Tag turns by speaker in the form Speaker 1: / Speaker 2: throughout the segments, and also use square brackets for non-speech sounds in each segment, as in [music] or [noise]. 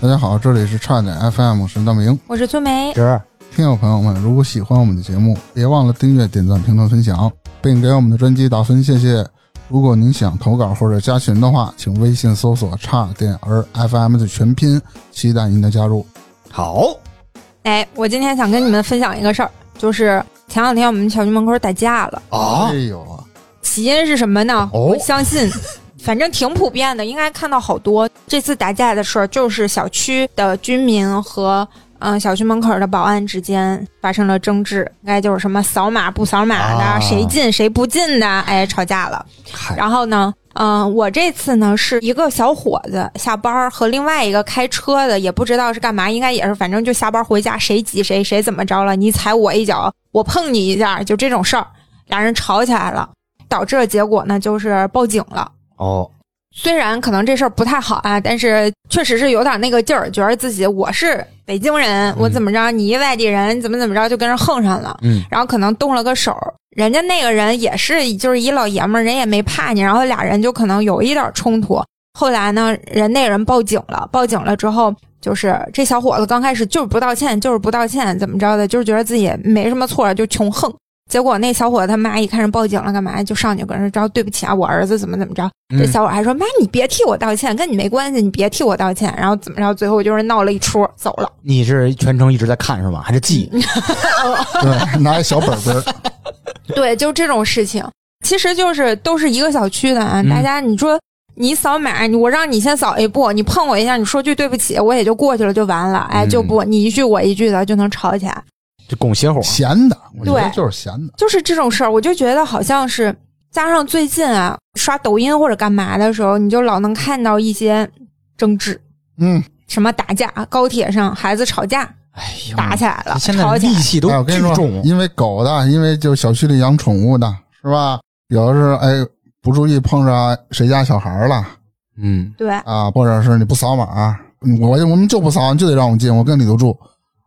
Speaker 1: 大家好，这里是差点 FM，是大明。
Speaker 2: 我是春梅，
Speaker 3: 是，
Speaker 1: 听友朋友们，如果喜欢我们的节目，别忘了订阅、点赞、评论、分享，并给我们的专辑打分，谢谢。如果您想投稿或者加群的话，请微信搜索“差点儿 FM” 的全拼，期待您的加入。
Speaker 3: 好，
Speaker 2: 哎，我今天想跟你们分享一个事儿，就是前两天我们小区门口打架了，
Speaker 3: 啊
Speaker 1: 哎，呦啊，
Speaker 2: 起因是什么呢？
Speaker 3: 哦
Speaker 2: 我相
Speaker 3: [laughs]
Speaker 2: 信，反正挺普遍的，应该看到好多。这次打架的事儿就是小区的居民和嗯、呃小区门口的保安之间发生了争执，应该就是什么扫码不扫码的，
Speaker 3: 啊
Speaker 2: 谁进谁不进的，哎，吵架了。
Speaker 3: 嗨，
Speaker 2: 然后呢，嗯、我这次呢是一个小伙子下班儿和另外一个开车的，也不知道是干嘛，应该也是反正就下班回家，谁挤谁谁怎么着了，你踩我一脚，我碰你一下，就这种事儿，俩人吵起来了，导致的结果呢就是报警了。
Speaker 3: 哦，
Speaker 2: 虽然可能这事儿不太好啊，但是确实是有点那个劲儿，觉得自己我是北京人，我怎么着，你一外地人，怎么怎么着，就跟人横上了。
Speaker 3: 嗯，
Speaker 2: 然后可能动了个手，人家那个人也是就是一老爷们儿，人也没怕你，然后俩人就可能有一点冲突。后来呢，人那个人报警了，报警了之后，就是这小伙子刚开始就是不道歉，就是不道歉，怎么着的，就是觉得自己没什么错，就穷横。结果那小伙子他妈一看人报警了，干嘛就上去跟人招对不起啊，我儿子怎么怎么着。这
Speaker 3: 嗯
Speaker 2: 小伙还说：“妈，你别替我道歉，跟你没关系，你别替我道歉。”然后怎么着，最后就是闹了一出，走
Speaker 3: [laughs]
Speaker 2: 了。
Speaker 3: 你是全程一直在看是吗？还是记？
Speaker 2: 嗯
Speaker 3: [laughs]
Speaker 1: 对， [laughs] 拿一小本本儿，
Speaker 2: 对，就这种事情，其实就是都是一个小区的啊。
Speaker 3: 嗯
Speaker 2: 大家，你说你扫码，你我让你先扫一步，你碰我一下，你说句对不起，我也就过去了，就完了。哎，
Speaker 3: 嗯
Speaker 2: 就不你一句我一句的就能吵起来，
Speaker 3: 就
Speaker 2: [laughs]
Speaker 3: 拱邪火，
Speaker 1: 闲的，我觉得
Speaker 2: 对
Speaker 1: 就是闲的。
Speaker 2: 就是这种事儿，我就觉得好像是加上最近啊刷抖音或者干嘛的时候，你就老能看到一些争执，
Speaker 1: 嗯，
Speaker 2: 什么打架，高铁上孩子吵架
Speaker 3: 哎呦，
Speaker 2: 打起来了，
Speaker 3: 现
Speaker 2: 吵
Speaker 3: 在
Speaker 2: 起来
Speaker 3: 戾
Speaker 2: 了。
Speaker 3: 气
Speaker 1: 哎，
Speaker 3: 都
Speaker 1: 我跟
Speaker 3: 巨
Speaker 1: 你说，
Speaker 3: 重，
Speaker 1: 因为狗的，因为就是小区里养宠物的，是吧？有的是哎不注意碰着谁家小孩儿了
Speaker 3: 嗯，
Speaker 2: 对，
Speaker 1: 啊，或者是你不扫码，啊我我们就不扫，你就得让我们进，我跟里头住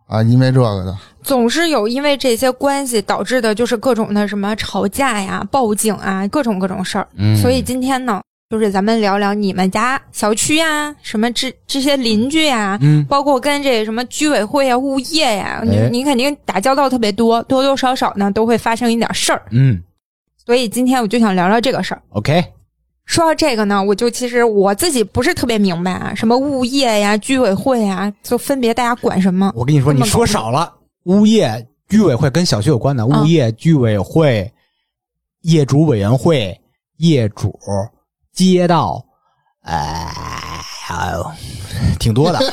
Speaker 1: 啊，因为这个的。
Speaker 2: 总是有因为这些关系导致的，就是各种的什么吵架呀、报警啊，各种各种事儿。
Speaker 3: 嗯
Speaker 2: 所以今天呢，就是咱们聊聊你们家小区呀，什么这这些邻居呀，
Speaker 3: 嗯，
Speaker 2: 包括跟这什么居委会呀、物业呀，你
Speaker 3: 哎
Speaker 2: 你肯定打交道特别多，多多少少呢都会发生一点事儿。
Speaker 3: 嗯
Speaker 2: 所以今天我就想聊聊这个事儿。
Speaker 3: ，OK，
Speaker 2: 说到这个呢，我就其实我自己不是特别明白啊，什么物业呀、居委会呀，就分别大家管什么？
Speaker 3: 我跟你说，
Speaker 2: 这
Speaker 3: 你
Speaker 2: 么
Speaker 3: 说少了，物业居委会跟小区有关的，
Speaker 2: 嗯
Speaker 3: 物业居委会、业主委员会、业主、街道，哎呦， [laughs] 挺
Speaker 2: [laughs]
Speaker 3: 多的，
Speaker 2: 哎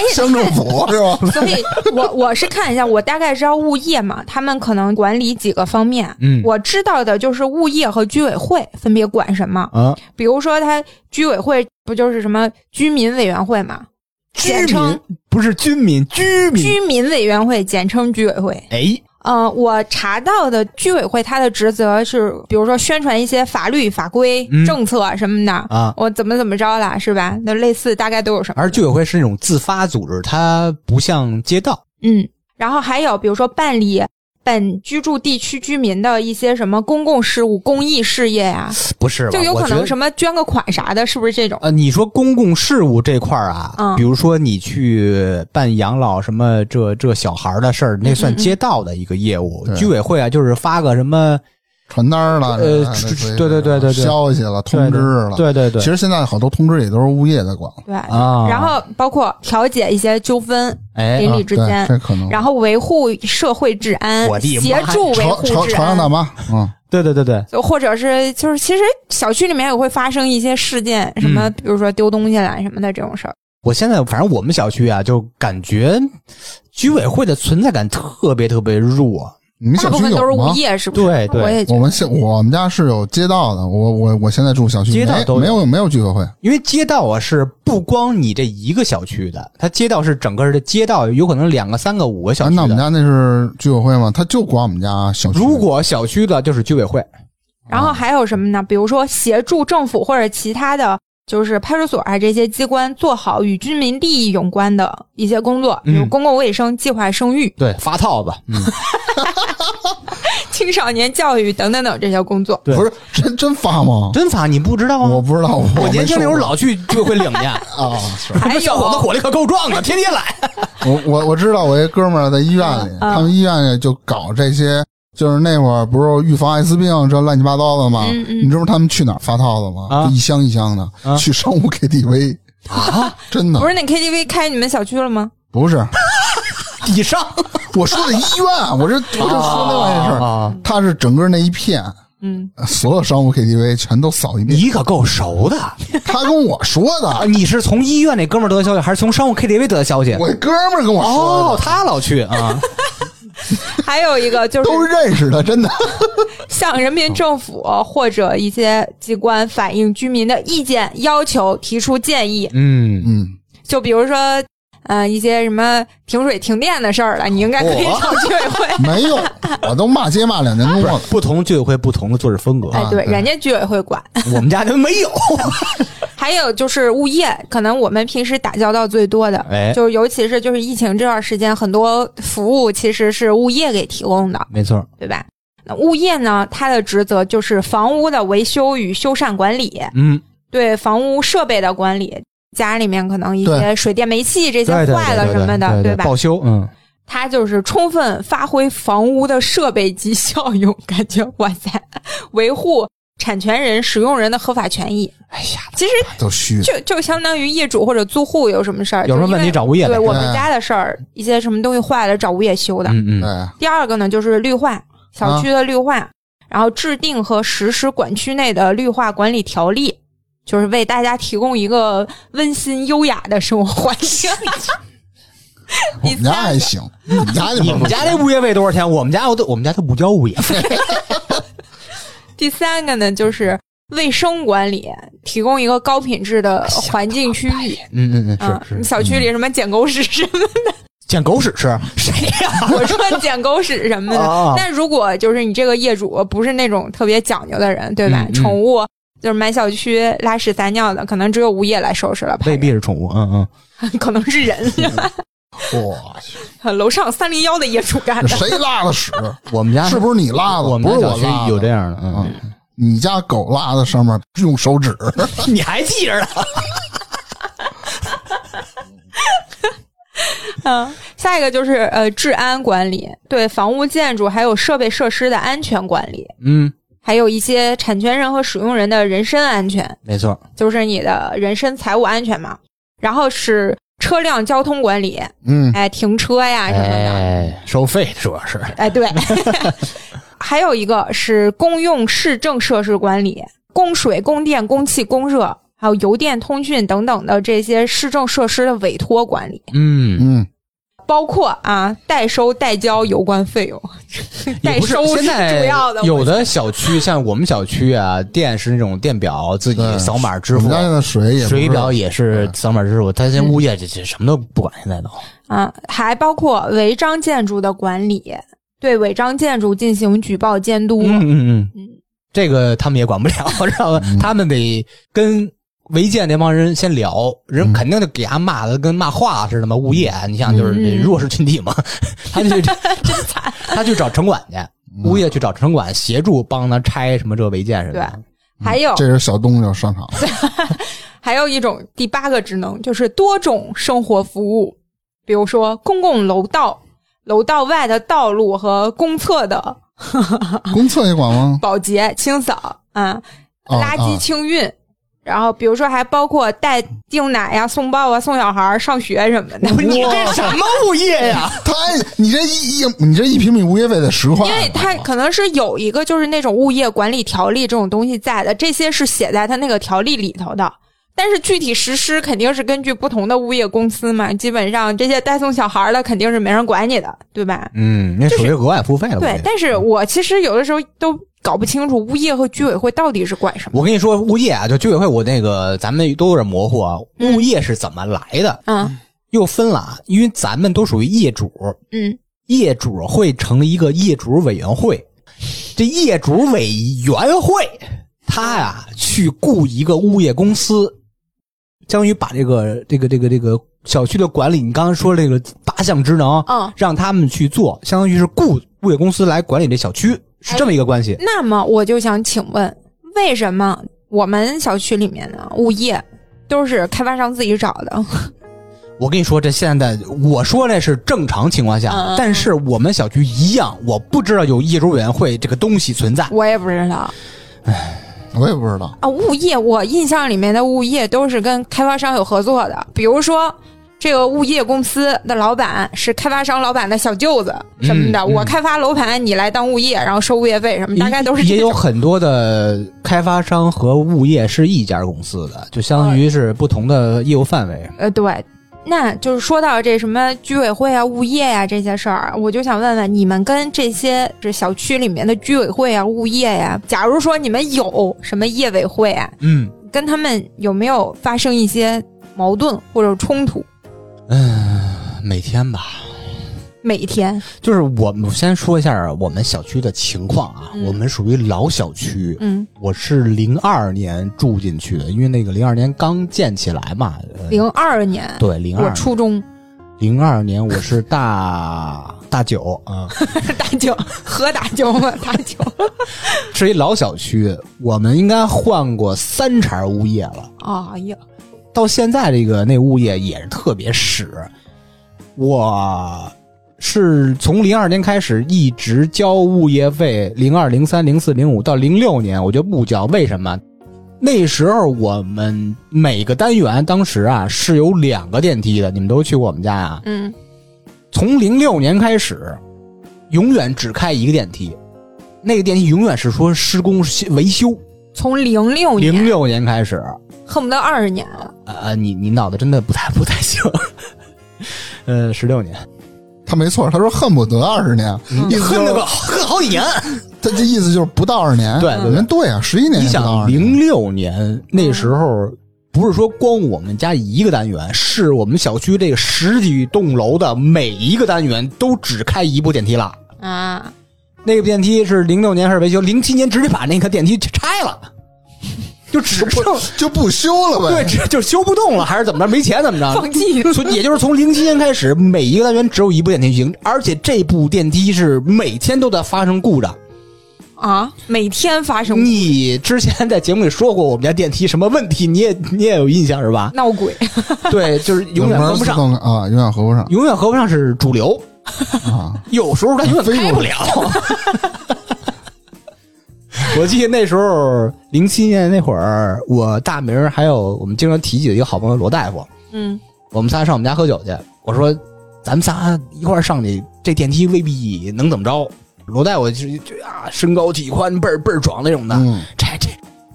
Speaker 2: 呀，
Speaker 1: 乡政 [laughs] 府是吧？
Speaker 2: 所以我我是看一下，我大概知道物业嘛，他们可能管理几个方面。
Speaker 3: 嗯
Speaker 2: 我知道的就是物业和居委会分别管什么，
Speaker 3: 啊，
Speaker 2: 比如说他居委会不就是什么居民委员会嘛，
Speaker 3: 居
Speaker 2: 简称
Speaker 3: 民不是军民，居民。
Speaker 2: 居民委员会简称居委会。
Speaker 3: 哎，
Speaker 2: 呃，我查到的居委会它的职责是，比如说宣传一些法律法规、
Speaker 3: 嗯
Speaker 2: 政策什么的
Speaker 3: 啊
Speaker 2: 我怎么怎么着了，是吧？那类似大概都有什么？
Speaker 3: 而居委会是那种自发组织，它不像街道。
Speaker 2: 嗯，然后还有比如说办理本居住地区居民的一些什么公共事务、公益事业呀、
Speaker 3: 不是吧，
Speaker 2: 就有可能什
Speaker 3: 么
Speaker 2: 么捐个款啥的，是不是这种？
Speaker 3: 呃，你说公共事务这块儿啊，
Speaker 2: 嗯
Speaker 3: 比如说你去办养老什么这这小孩儿的事儿，那算街道的一个业务。
Speaker 1: 对
Speaker 3: 居委会啊，就是发个什么，
Speaker 1: 传单儿了，
Speaker 3: 呃
Speaker 1: 哎
Speaker 3: 是
Speaker 1: 类似于
Speaker 3: 对对对对对
Speaker 1: 消息了，通知了。
Speaker 3: 对对对
Speaker 1: 其实现在好多通知也都是物业在管，
Speaker 2: 对，
Speaker 3: 啊，
Speaker 2: 然后包括调解一些纠纷，
Speaker 3: 哎
Speaker 2: 邻
Speaker 1: 啊
Speaker 2: 里
Speaker 1: 对
Speaker 2: 之间，
Speaker 1: 这可能。
Speaker 2: 然后维护社会治安
Speaker 3: 嗯我，的妈
Speaker 2: 协
Speaker 3: 呀
Speaker 2: 助维
Speaker 1: 朝
Speaker 2: 护
Speaker 1: 朝
Speaker 2: 治
Speaker 1: 朝阳大
Speaker 2: 安。
Speaker 1: 妈，嗯，
Speaker 3: 对对对对，
Speaker 2: 就或者是就是，其实小区里面也会发生一些事件，什么、
Speaker 3: 嗯
Speaker 2: 比如说丢东西啦什么的这种事儿。
Speaker 3: 我现在反正我们小区啊，就感觉居委会的存在感特别特别弱。
Speaker 1: 你们
Speaker 2: 大
Speaker 1: 小
Speaker 2: 部
Speaker 1: 区
Speaker 2: 分都是
Speaker 1: 有
Speaker 2: 物
Speaker 1: 吗？
Speaker 2: 业，是不是？
Speaker 3: 对对
Speaker 2: 我也觉
Speaker 1: 我
Speaker 2: 得
Speaker 1: 们现我们家是有街道的，我我我现在住小区，
Speaker 3: 街道
Speaker 1: 没
Speaker 3: 都有
Speaker 1: 没有没有居委会，
Speaker 3: 因为街道啊是不光你这一个小区的，它街道是整个的街道，有可能两个、三个、五个小
Speaker 1: 啊
Speaker 3: 区
Speaker 1: 那我们
Speaker 3: 的。
Speaker 1: 家那是居委会吗？他就管我们家小区。
Speaker 3: 如果小区的就是居委
Speaker 1: 啊
Speaker 3: 会，
Speaker 2: 然后还有什么呢？比如说协助政府或者其他的，就是派出所啊这些机关做好与居民利益有关的一些工作，比如
Speaker 3: 嗯
Speaker 2: 公共卫生、计划生育。
Speaker 3: 对，发套子，嗯，
Speaker 2: 青少年教育等等等这些工作。
Speaker 3: 对
Speaker 1: 不是真真发吗？
Speaker 3: [laughs] 真法你不知道
Speaker 1: 我
Speaker 3: 啊？
Speaker 1: 不知道，我
Speaker 3: 我年轻
Speaker 1: 没
Speaker 3: 的时候
Speaker 1: 受过
Speaker 3: 老去居委会领
Speaker 1: [laughs]
Speaker 3: 去，
Speaker 1: 啊，是
Speaker 2: 还有
Speaker 3: 小伙子火力可够壮的，天天来。
Speaker 1: 我我我知道，我一哥们儿在医院里，
Speaker 2: 嗯嗯
Speaker 1: 他们医院里就搞这些，就是那会儿不是预防艾滋病这乱七八糟的吗？
Speaker 2: 嗯嗯
Speaker 1: 你知道他们去哪儿发套子吗？
Speaker 3: 啊
Speaker 1: 就一箱一箱的、
Speaker 3: 啊
Speaker 1: 去商务 KTV 啊，真的
Speaker 2: 不是那 KTV 开你们小区了吗？
Speaker 1: 不是，[laughs]
Speaker 3: 以上
Speaker 1: 我说的医院，啊我这我这说另外一事儿，
Speaker 3: 啊，
Speaker 1: 他是整个那一片。 [laughs]
Speaker 2: 嗯，
Speaker 1: 所有商务 KTV 全都扫一遍，
Speaker 3: 你可够熟的啊！
Speaker 1: 他跟我说的，
Speaker 3: 你是从医院那哥们儿得的消息，还是从商务 KTV 得的消息？
Speaker 1: 我哥们儿跟我说
Speaker 3: 哦，他老去啊，
Speaker 2: 还有一个就
Speaker 1: 的，
Speaker 2: 是
Speaker 1: 都认识的，真的。
Speaker 2: [laughs] 向人民政府或者一些机关反映居民的意见、要求，提出建议。
Speaker 3: 嗯，
Speaker 1: [laughs] 嗯，
Speaker 2: 就比如说，呃，一些什么停水停电的事儿了，你应该可以
Speaker 3: 我
Speaker 2: 上居委会。
Speaker 1: 嗯没有，我都骂街骂两年多了。
Speaker 3: 不同居委会不同的做事风格，
Speaker 2: 哎，对，
Speaker 1: 对
Speaker 2: 人家居委会管。
Speaker 3: 我们家就没有。
Speaker 2: 还有就是物业，可能我们平时打交道最多的，
Speaker 3: 哎
Speaker 2: 就是尤其是就是疫情这段时间，很多服务其实是物业给提供的，
Speaker 3: [laughs] 没错，
Speaker 2: 对吧？那物业呢，它的职责就是房屋的维修与修缮管理，
Speaker 3: 嗯，
Speaker 2: 对房屋设备的管理，家里面可能一些水电煤气这些
Speaker 3: 对对
Speaker 2: 坏了
Speaker 3: 对
Speaker 2: 什么的，
Speaker 3: 对
Speaker 2: 吧？
Speaker 3: 报修，嗯，
Speaker 2: 它就是充分发挥房屋的设备及效用，感觉哇塞，维护产权人、使用人的合法权益。
Speaker 3: 哎呀，
Speaker 2: 其实
Speaker 1: 都虚的，
Speaker 2: 就就相当于业主或者租户有什么事儿，
Speaker 3: 嗯有什
Speaker 2: 就
Speaker 3: 么
Speaker 2: 因为
Speaker 3: 问题找物业
Speaker 2: 对
Speaker 3: 呗
Speaker 2: 我们家的事儿，一些什么东西坏了找物业修的。
Speaker 3: 嗯啊嗯，
Speaker 1: 哎，
Speaker 2: 第二个呢，就是绿化小区的绿化，然后制定和实施管区内的绿化管理条例，就是为大家提供一个温馨优雅的生活环
Speaker 3: [laughs]
Speaker 2: 境。
Speaker 1: 我们家还行，你们家那
Speaker 3: 你
Speaker 1: 边儿
Speaker 3: 们家那物业费多少钱？我们家我都我们家都不交物业费，
Speaker 2: 第三个呢，就是卫生管理，提供一个高品质的
Speaker 3: 哎
Speaker 2: 环境区域。
Speaker 3: [laughs] 嗯嗯
Speaker 2: 嗯
Speaker 3: 嗯，是，
Speaker 2: 你
Speaker 3: 是，
Speaker 2: 小区里什么捡狗屎什么
Speaker 3: 捡狗屎吃，谁呀？
Speaker 2: 我
Speaker 3: [laughs]
Speaker 2: 说捡狗屎什么
Speaker 3: 哦
Speaker 2: 的。但如果就是你这个业主不是那种特别讲究的人，对吧？
Speaker 3: 嗯嗯
Speaker 2: 宠物就是满小区拉屎撒尿的，可能只有物业来收拾了，
Speaker 3: 未必是宠物，嗯嗯。
Speaker 2: [laughs] 可能是人，
Speaker 1: 我去，
Speaker 3: 嗯
Speaker 2: 楼上三零幺的业主干
Speaker 1: 这
Speaker 2: 的。
Speaker 3: [laughs]
Speaker 1: 谁拉的屎？
Speaker 3: 我们家
Speaker 1: 是不是你拉的？
Speaker 3: 我们
Speaker 1: 不
Speaker 3: 家
Speaker 1: 是我
Speaker 3: 小区
Speaker 1: 拉的
Speaker 3: 有这样的，嗯，
Speaker 1: 你家狗拉的上面用手指，
Speaker 3: 你还记着呢？
Speaker 2: 嗯，下一个就是呃治安管理，对房屋建筑还有设备设施的安全管理，
Speaker 3: 嗯，
Speaker 2: 还有一些产权人和使用人的人身安全，
Speaker 3: 没错，
Speaker 2: 就是你的人身财务安全嘛。然后是车辆交通管理，
Speaker 1: 嗯，
Speaker 2: 哎，停车呀什么的。
Speaker 3: 哎，收费主要是，
Speaker 2: 哎，对， [laughs] 还有一个是公用市政设施管理，供水、供电、供气、供热，还有邮电、通讯等等的这些市政设施的委托管理，
Speaker 3: 嗯，
Speaker 1: 嗯，
Speaker 2: 包括啊代收代交有关费用，代
Speaker 3: 也不是
Speaker 2: 收
Speaker 3: 现在
Speaker 2: 主要的。
Speaker 3: 有的小区像我们小区啊，电是那种电表自己
Speaker 1: 对
Speaker 3: 扫码
Speaker 1: 我
Speaker 3: 支付
Speaker 1: 们，家现在水也不
Speaker 3: 水
Speaker 1: 是
Speaker 3: 表也是扫码支付，他现在物业这这什么都不管，现在都
Speaker 2: 啊，还包括违章建筑的管理，对违章建筑进行举报监督。
Speaker 3: 嗯嗯，这个他们也管不
Speaker 2: [laughs]
Speaker 3: 了，知道吧？
Speaker 2: 嗯
Speaker 3: 他们得跟违建那帮人先聊，人肯定就给他骂的跟骂话似的嘛。物业，你想就是这
Speaker 2: 嗯
Speaker 3: 弱势群体
Speaker 2: [laughs]
Speaker 3: 嘛，他就真 [laughs] 惨，他去找城管去，
Speaker 2: 嗯
Speaker 3: 物业去找城管协助帮他拆什么这违建什么的。
Speaker 2: 还有
Speaker 1: 这是小东就上场了，
Speaker 2: [laughs] 还有一种第八个职能就是多种生活服务，比如说公共楼道、楼道外的道路和公厕的
Speaker 1: 公厕也管吗？
Speaker 2: 保洁、清扫啊、
Speaker 1: 啊
Speaker 2: 垃圾清运，然后比如说还包括带订奶呀、送报啊、送小孩儿上学什么的。
Speaker 3: 不是你这什么物业呀？
Speaker 1: 他你这一一你这一平米物业费得十块，
Speaker 2: 因为它可能是有一个就是那种物业管理条例这种东西在的，这些是写在它那个条例里头的。但是具体实施肯定是根据不同的物业公司嘛，基本上这些带送小孩儿的肯定是没人管你的，对吧？
Speaker 3: 嗯，那属于额外付费了。
Speaker 2: 对，嗯但是我其实有的时候都搞不清楚物业和居委会到底是管什么。
Speaker 3: 我跟你说，物业啊，就居委会，我那个咱们都有点模糊啊。物业是怎么来的？
Speaker 2: 嗯
Speaker 3: 又分了啊，因为咱们都属于业主，
Speaker 2: 嗯
Speaker 3: 业主会成立一个业主委员会，这业主委员会他呀、去雇一个物业公司，相当于把这个这个这个这个小区的管理，你刚刚说这个八项职能，
Speaker 2: 嗯
Speaker 3: 让他们去做，相当于是雇物业公司来管理这小区是这
Speaker 2: 哎
Speaker 3: 么一个关系。
Speaker 2: 那么我就想请问，为什么我们小区里面的物业都是开发商自己找的？ [laughs]
Speaker 3: 我跟你说，这现在我说这是正常情况下，
Speaker 2: 嗯嗯嗯
Speaker 3: 但是我们小区一样，我不知道有业主委员会这个东西存在。
Speaker 2: 我也不知道
Speaker 1: 我也不知道，
Speaker 2: 啊。物业，我印象里面的物业都是跟开发商有合作的，比如说。这个物业公司的老板是开发商老板的小舅子什么的，
Speaker 3: 嗯嗯
Speaker 2: 我开发楼盘，你来当物业，然后收物业费什么，大概都是
Speaker 3: 也
Speaker 2: 这
Speaker 3: 有
Speaker 2: 种。
Speaker 3: 很多的开发商和物业是一家公司的，就相当于是不同的业务范围。
Speaker 2: 呃，对，那就是说到这什么居委会啊、物业呀、这些事儿，我就想问问你们跟这些这小区里面的居委会啊、物业呀、假如说你们有什么业委会啊，
Speaker 3: 嗯，
Speaker 2: 跟他们有没有发生一些矛盾或者冲突？
Speaker 3: 每天吧，
Speaker 2: 每天，
Speaker 3: 就是我们先说一下我们小区的情况啊，
Speaker 2: 嗯
Speaker 3: 我们属于老小区。
Speaker 2: 嗯，
Speaker 3: 我是零二年住进去的，因为那个零二年刚建起来嘛。呃
Speaker 2: 零二年，
Speaker 3: 对零
Speaker 2: 我
Speaker 3: 二
Speaker 2: 初中 [laughs]
Speaker 3: 零二年我是大大九
Speaker 2: [laughs]
Speaker 3: 啊，
Speaker 2: 打酒，喝打酒吗？打酒
Speaker 3: 是一老小区，我们应该换过三茬物业了。
Speaker 2: 啊、哎呀，
Speaker 3: 到现在这个那物业也是特别屎，我是从零二年开始一直交物业费，零二、零三、零四、零五到零六年我就不交，为什么？那时候我们每个单元当时啊是有两个电梯的，你们都去过我们家呀、
Speaker 2: 嗯，
Speaker 3: 从零六年开始，永远只开一个电梯，那个电梯永远是说施工维修。
Speaker 2: 从零六
Speaker 3: 零
Speaker 2: 年，
Speaker 3: 六年开始，
Speaker 2: 恨不得二十年了，
Speaker 3: 呃，你你脑子真的不太不太行。呃，十六年，
Speaker 1: 他没错，他说恨不得二十年，意思
Speaker 3: 恨
Speaker 1: 就
Speaker 3: 了个
Speaker 1: 是
Speaker 3: 恨好几年。
Speaker 1: 他这意思就是不到二十年，
Speaker 3: 嗯对对对
Speaker 1: 人对啊，十一年
Speaker 3: 你
Speaker 1: 也不到
Speaker 3: 想，
Speaker 1: 二十年，
Speaker 3: [laughs] 零六年那时候，不是说光我们家一个单元，是我们小区这个十几栋楼的每一个单元都只开一部电梯了。
Speaker 2: 啊，
Speaker 3: 那个电梯是零六年开始维修，零七年直接把那个电梯拆了，就只剩
Speaker 1: 就不修了
Speaker 3: 对，
Speaker 1: 呗。
Speaker 3: 只就修不动了，还是怎么着？没钱怎么着？
Speaker 2: 放弃
Speaker 3: 所以也就是 [laughs] 从零七年开始，每一个单元只有一部电梯行，而且这部电梯是每天都在发生故障。
Speaker 2: 啊，每天发
Speaker 3: 嗯
Speaker 2: 生？
Speaker 3: 你之前在节目里说过我们家电梯什么问题，你也你也有印象是吧
Speaker 2: [laughs] 闹鬼， [laughs]
Speaker 3: 对，就是永远
Speaker 1: 门
Speaker 3: 合
Speaker 1: 自
Speaker 3: 不上，
Speaker 1: 动啊，永远合不上
Speaker 3: 永远合不上是主流，
Speaker 1: 啊。
Speaker 3: [laughs] 有时候它永远开不了。 [laughs] 我记得那时候零七年那会儿，我大明儿还有我们经常提起的一个好朋友罗大夫，
Speaker 2: 嗯
Speaker 3: 我们仨上我们家喝酒去。我说，咱们仨一块儿上去，这电梯未必能怎么着。罗大我就就啊，身高体宽，倍儿倍儿壮那种的。
Speaker 1: 嗯
Speaker 3: 这这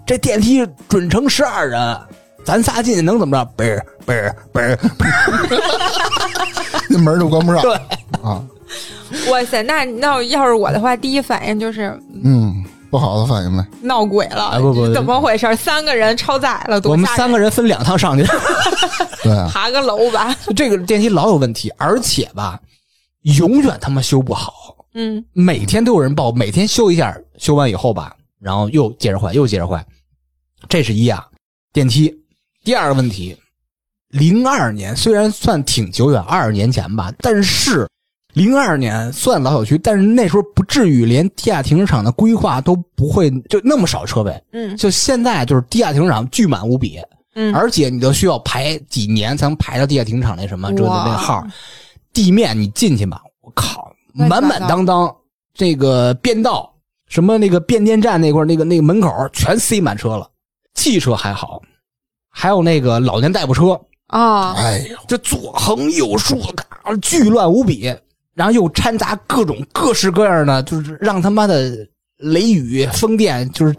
Speaker 3: 这电梯准乘十二人，咱仨进去能怎么着？倍儿倍儿倍儿，
Speaker 1: [laughs] 那门儿就关不上。
Speaker 3: 对
Speaker 1: 啊，
Speaker 2: 哇塞，那那要是我的话，第一反应就是
Speaker 1: 嗯，不好的反应呗。
Speaker 2: 闹鬼了，
Speaker 3: 哎不不
Speaker 2: 怎么回事？三个人超载了，多
Speaker 3: 我们
Speaker 2: 吓人
Speaker 3: 三个人分两趟上去， [laughs]
Speaker 1: 对啊，
Speaker 2: 爬个楼吧。
Speaker 3: 这个电梯老有问题，而且吧，永远他妈修不好。
Speaker 2: [laughs] 嗯，
Speaker 3: 每天都有人报，每天修一下，修完以后吧，然后又接着坏，又接着坏，这是一啊。电梯，第二个问题，零二年虽然算挺久远，二十年前吧，但是零二年算老小区，但是那时候不至于连地下停车场的规划都不会，就那么少车位。
Speaker 2: 嗯
Speaker 3: 就现在就是地下停车场巨满无比，
Speaker 2: 嗯
Speaker 3: 而且你都需要排几年才能排到地下停车场那什么这
Speaker 2: 哇
Speaker 3: 那号，地面你进去吧，我靠，
Speaker 2: 乱七八
Speaker 3: 满
Speaker 2: 糟
Speaker 3: 满当当，这个变道什么那个变电站那块儿那个那个门口儿全塞满车了，汽车还好，还有那个老年代步车，
Speaker 2: 啊，
Speaker 1: 哎呦，
Speaker 3: 这左横右竖，嘎巨乱无比，然后又掺杂各种各式各样的，就是让他妈的雷雨风电就是。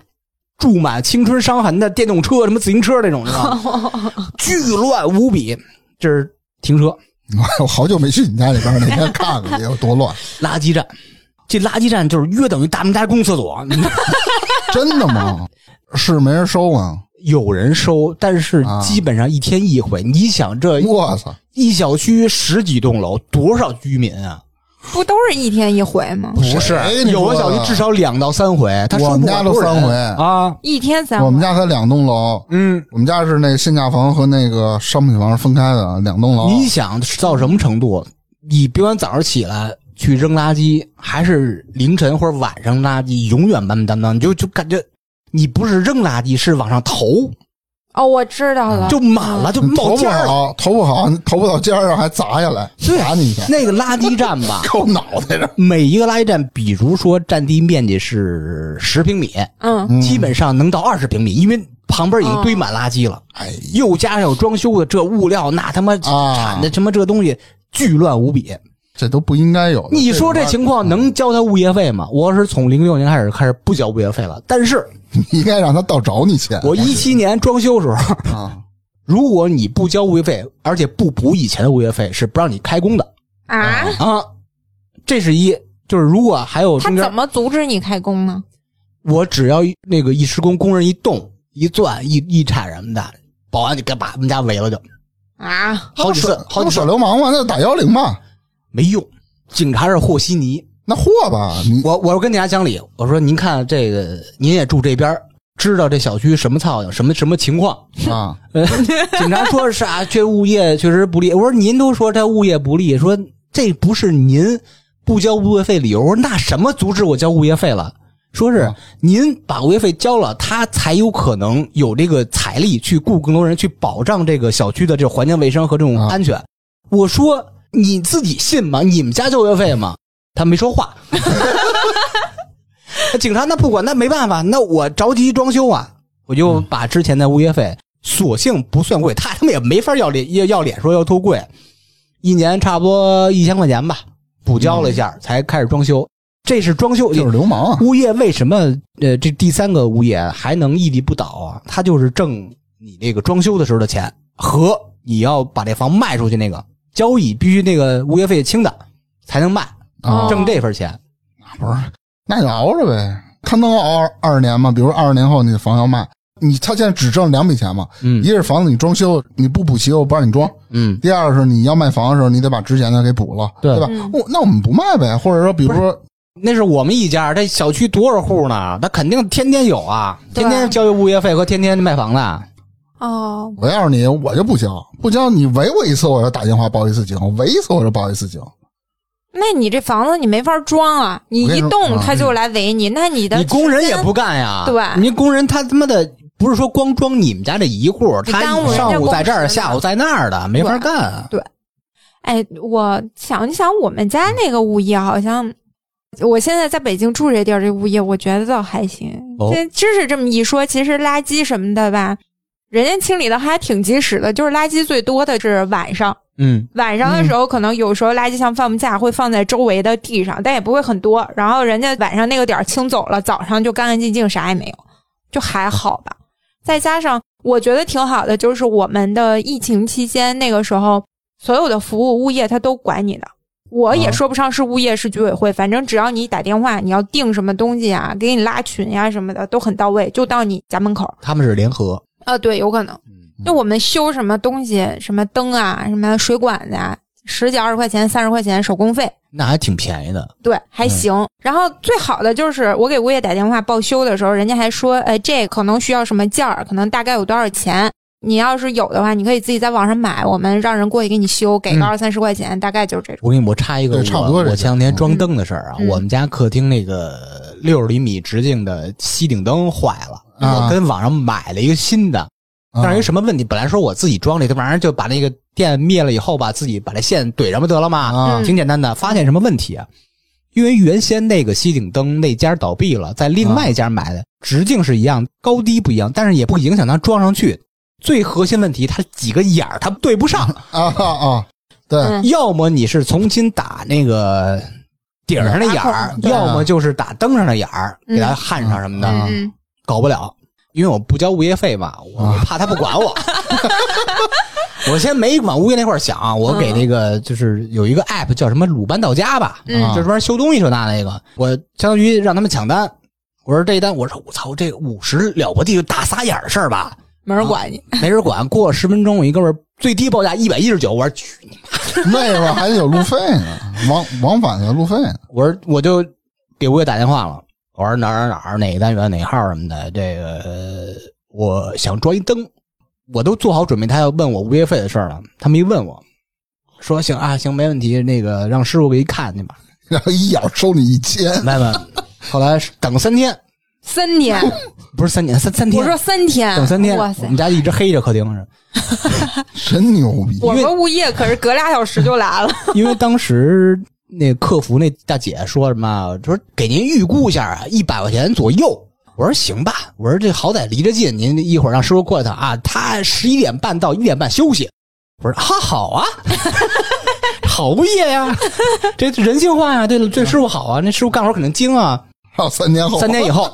Speaker 3: 注满青春伤痕的电动车，什么自行车那种，你知道吗？巨乱无比，这是停车。
Speaker 1: 我好久没去你家里边儿，那天看看去，有多乱。
Speaker 3: 垃圾站，这垃圾站就是约等于大明家公厕所，你知道吗
Speaker 1: 真的吗？是没人收吗？
Speaker 3: [laughs] 有人收，但是
Speaker 1: 啊
Speaker 3: 基本上一天一回。你想这
Speaker 1: 我操！
Speaker 3: 一小区十几栋楼，多少居民啊？
Speaker 2: 不都是一天一回吗？
Speaker 1: 不是谁你
Speaker 3: 有
Speaker 1: 说
Speaker 3: 的
Speaker 1: 的
Speaker 3: 小区至少两到三回，他收
Speaker 1: 我
Speaker 3: 不
Speaker 1: 们
Speaker 3: 了
Speaker 1: 家
Speaker 3: 多
Speaker 1: 都
Speaker 3: 少
Speaker 1: 三
Speaker 3: 人
Speaker 1: 回
Speaker 3: 啊，
Speaker 2: 一天三回
Speaker 1: 我们家才两栋楼，
Speaker 3: 嗯。
Speaker 1: 我们家是那个新价房和那个哦商品房是分开的，两栋楼。
Speaker 3: 你想到什么程度？你别管早上起来去扔垃圾，还是凌晨或者晚上扔垃圾，永远满满当当，你就就感觉你不是扔垃圾，是往上投，
Speaker 2: 哦，我知道了，
Speaker 3: 就满了，就冒
Speaker 1: 嗯投不
Speaker 3: 尖儿了。
Speaker 1: 好，投不好，投不到尖儿上还砸下来，砸你一下，，
Speaker 3: 那个垃圾站吧
Speaker 1: 扣脑袋上。
Speaker 3: 每一个垃圾站，比如说占地面积是十平米，
Speaker 2: 嗯，
Speaker 1: 嗯
Speaker 3: 基本上能到二十平米，因为旁边已经堆满垃圾了，
Speaker 1: 哎呀
Speaker 3: 又加上有装修的，这物料那他妈
Speaker 1: 啊
Speaker 3: 产的什么这东西巨乱无比。
Speaker 1: 这都不应该有的。
Speaker 3: 你说这
Speaker 1: 种
Speaker 3: 情况能交他物业费吗？我是从零六年开始开始不交物业费了，但是
Speaker 1: 你应该让他倒找你哎去。
Speaker 3: 我一七年装修时候，
Speaker 1: 啊，
Speaker 3: [laughs] 如果你不交物业费，而且不补以前的物业费，是不让你开工的
Speaker 2: 啊，
Speaker 3: 啊。这是一，就是如果还有
Speaker 2: 他
Speaker 3: 中间
Speaker 2: 怎么阻止你开工呢？
Speaker 3: 我只要一那个一施工，工人一动、一钻、一一铲什么的，保安就该把他们家围了就，
Speaker 2: 啊，
Speaker 3: 好几次，好
Speaker 1: 那
Speaker 3: 几
Speaker 1: 不
Speaker 3: 次
Speaker 1: 耍流氓吗？那就打幺零吧，
Speaker 3: 没用。警察是和稀泥，
Speaker 1: 那货吧，你
Speaker 3: 我我跟警察讲理，我说您看这个，您也住这边儿，知道这小区什么操性，什么什么情况。
Speaker 1: 啊，
Speaker 3: 呃警察说是啊，这物业确实不利。我说您都说这物业不利，说这不是您不交物业费理由。我说那什么阻止我交物业费了？说
Speaker 1: 嗯
Speaker 3: 是您把物业费交了，他才有可能有这个财力去雇更多人去保障这个小区的这环境卫生和这种
Speaker 1: 啊
Speaker 3: 安全。我说你自己信吗？你们家交物业费吗？他没
Speaker 1: [laughs]
Speaker 3: 说话。警察那不管，那没办法，那我着急装修啊，我就把之前的物业
Speaker 1: 嗯
Speaker 3: 费，索性不算贵，他他妈也没法要脸要要脸说要多贵，一年差不多一千块钱吧，补交了一下、才开始装修。这是装修，
Speaker 1: 嗯就是流氓啊。
Speaker 3: 物业为什么呃这第三个物业还能屹立不倒啊？它就是挣你那个装修的时候的钱和你要把这房卖出去那个交易必须那个物业费轻的才能卖，
Speaker 2: 哦
Speaker 1: 啊
Speaker 3: 挣这份钱。
Speaker 1: 不是，那你熬着呗，他能熬二十年吗？比如二十年后你的房要卖，你他现在只挣两笔钱嘛，
Speaker 3: 嗯
Speaker 1: 一是房子你装修你不补齐，我不让你装；
Speaker 3: 嗯，
Speaker 1: 第二是你要卖房的时候，你得把之前的给补了，
Speaker 3: 对
Speaker 1: 对吧
Speaker 2: 嗯？
Speaker 1: 我那我们不卖呗，或者说比如说
Speaker 3: 那是我们一家，这小区多少户呢？他肯定天天有啊，
Speaker 2: 对
Speaker 3: 天天交易物业费和天天卖房的。
Speaker 2: 哦，
Speaker 1: 我要是你，我就不交，不交你围我一次我就打电话报一次警，围一次我就报一次警。
Speaker 2: 那你这房子你没法装啊，你
Speaker 1: 我跟
Speaker 2: 一
Speaker 1: 你说
Speaker 2: 动
Speaker 1: 啊
Speaker 2: 他就来围你，那你的
Speaker 3: 你工人也
Speaker 2: 时间
Speaker 3: 不干呀，
Speaker 2: 对
Speaker 3: 你工人他他妈的不是说光装你们家这一户，
Speaker 2: 你
Speaker 3: 他
Speaker 2: 耽误人家
Speaker 3: 上午在这
Speaker 2: 工
Speaker 3: 儿，
Speaker 2: 时呢
Speaker 3: 下午在那儿的，没法干。
Speaker 2: 哎，我想一想，我们家那个物业好像，我现在在北京住这地儿，这物业我觉得倒还行。
Speaker 3: 哦
Speaker 2: 这真是这么一说，其实垃圾什么的吧，人家清理的还挺及时的，就是垃圾最多的是晚上。
Speaker 3: 嗯，
Speaker 2: 晚上的时候，可能有时候垃圾箱放不下，会放在周围的地上，但也不会很多。然后人家晚上那个点儿清走了，早上就干干净净，啥也没有，就还好吧。再加上我觉得挺好的，就是我们的疫情期间那个时候，所有的服务物业他都管你的。我也
Speaker 1: 啊
Speaker 2: 说不上是物业是居委会，反正只要你打电话，你要订什么东西啊，给你拉群呀、什么的，都很到位，就到你家门口。
Speaker 3: 他们是联合，
Speaker 2: 啊，对，有可能。
Speaker 3: 嗯
Speaker 2: 就我们修什么东西，什么灯啊，什么水管子啊，十几二十块钱、三十块钱手工费，
Speaker 3: 那还挺便宜的。
Speaker 2: 对，还行。然后最好的就是我给物业打电话报修的时候，人家还说，哎，这可能需要什么件儿，可能大概有多少钱。你要是有的话，你可以自己在网上买，我们让人过去给你修，给个
Speaker 1: 嗯
Speaker 2: 二三十块钱，大概就是这种。
Speaker 3: 我给你我插一个，
Speaker 1: 对差不多
Speaker 3: 我
Speaker 1: 这
Speaker 3: 我前两天
Speaker 1: 就
Speaker 3: 装灯的事儿啊，
Speaker 2: 嗯
Speaker 3: 我们家客厅那个六十厘米直径的吸顶灯坏了，
Speaker 1: 啊
Speaker 3: 我跟网上买了一个新的，但是有
Speaker 1: 啊
Speaker 3: 一什么问题？本来说我自己装这个玩意儿，就把那个电灭了以后，把自己把这线怼上不得了吗？
Speaker 1: 啊
Speaker 2: 嗯
Speaker 3: 挺简单的。发现什么问题啊？因为原先那个吸顶灯那家倒闭了，在另外一家买的，直径是一样，高低不一样，但是也不影响它装上去。最核心问题，它几个眼儿它对不上，
Speaker 1: 啊啊！对，
Speaker 2: 嗯
Speaker 3: 要么你是重新打那个顶儿上的眼
Speaker 2: 打
Speaker 3: 儿，
Speaker 1: 孔对啊
Speaker 3: 要么就是打灯上的眼儿，给它焊上什么的，
Speaker 1: 嗯
Speaker 2: 嗯，
Speaker 3: 搞不了，因为我不交物业费嘛，我
Speaker 1: 啊
Speaker 3: 怕他不管
Speaker 1: [laughs]
Speaker 3: 我。我先没往物业那块儿想啊，我
Speaker 1: 嗯
Speaker 3: 给那个就是有一个 app 叫什么鲁班到家吧，
Speaker 2: 嗯
Speaker 3: 就专门修东西这那那个，我相当于让他们抢单。我说这一单，我说我操，这五十了不地就打仨眼儿事儿吧，
Speaker 2: 没人管你。
Speaker 3: 没人管。过了十分钟，我一哥们儿最低报价一百一十九，我说去你
Speaker 1: 那时候还得有路费呢，往往返的路费呢。 [laughs]
Speaker 3: 我说我就给物业打电话了，我说哪儿哪儿哪儿哪个单元哪号什么的，这个呃我想装一灯，我都做好准备，他要问我物业费的事儿了，他没问我，说行啊行没问题，那个让师傅给你看去吧。
Speaker 1: 然后一咬收你一千，
Speaker 3: 没没，后来是等三天，
Speaker 2: 三天，
Speaker 3: 不是三年，三三天
Speaker 2: 我，说三天，
Speaker 3: 等三天，嗯
Speaker 2: 哇塞
Speaker 3: 我！们家一直黑着客厅是，
Speaker 1: 真牛逼！
Speaker 2: 我
Speaker 3: 因为
Speaker 2: 们物业可是隔俩小时就来了， [laughs]
Speaker 3: [laughs] 因为当时那客服那大姐说什么，啊说给您预估一下啊，一百块钱左右。我说行吧，我说这好歹离着近，您一会儿让师傅过来趟啊。他十一点半到一点半休息。我说啊，好啊， [laughs] 好物业呀，这人性化呀，对对师傅好啊，那师傅干活肯定精啊。
Speaker 1: 还有三年后，
Speaker 3: 三天以后，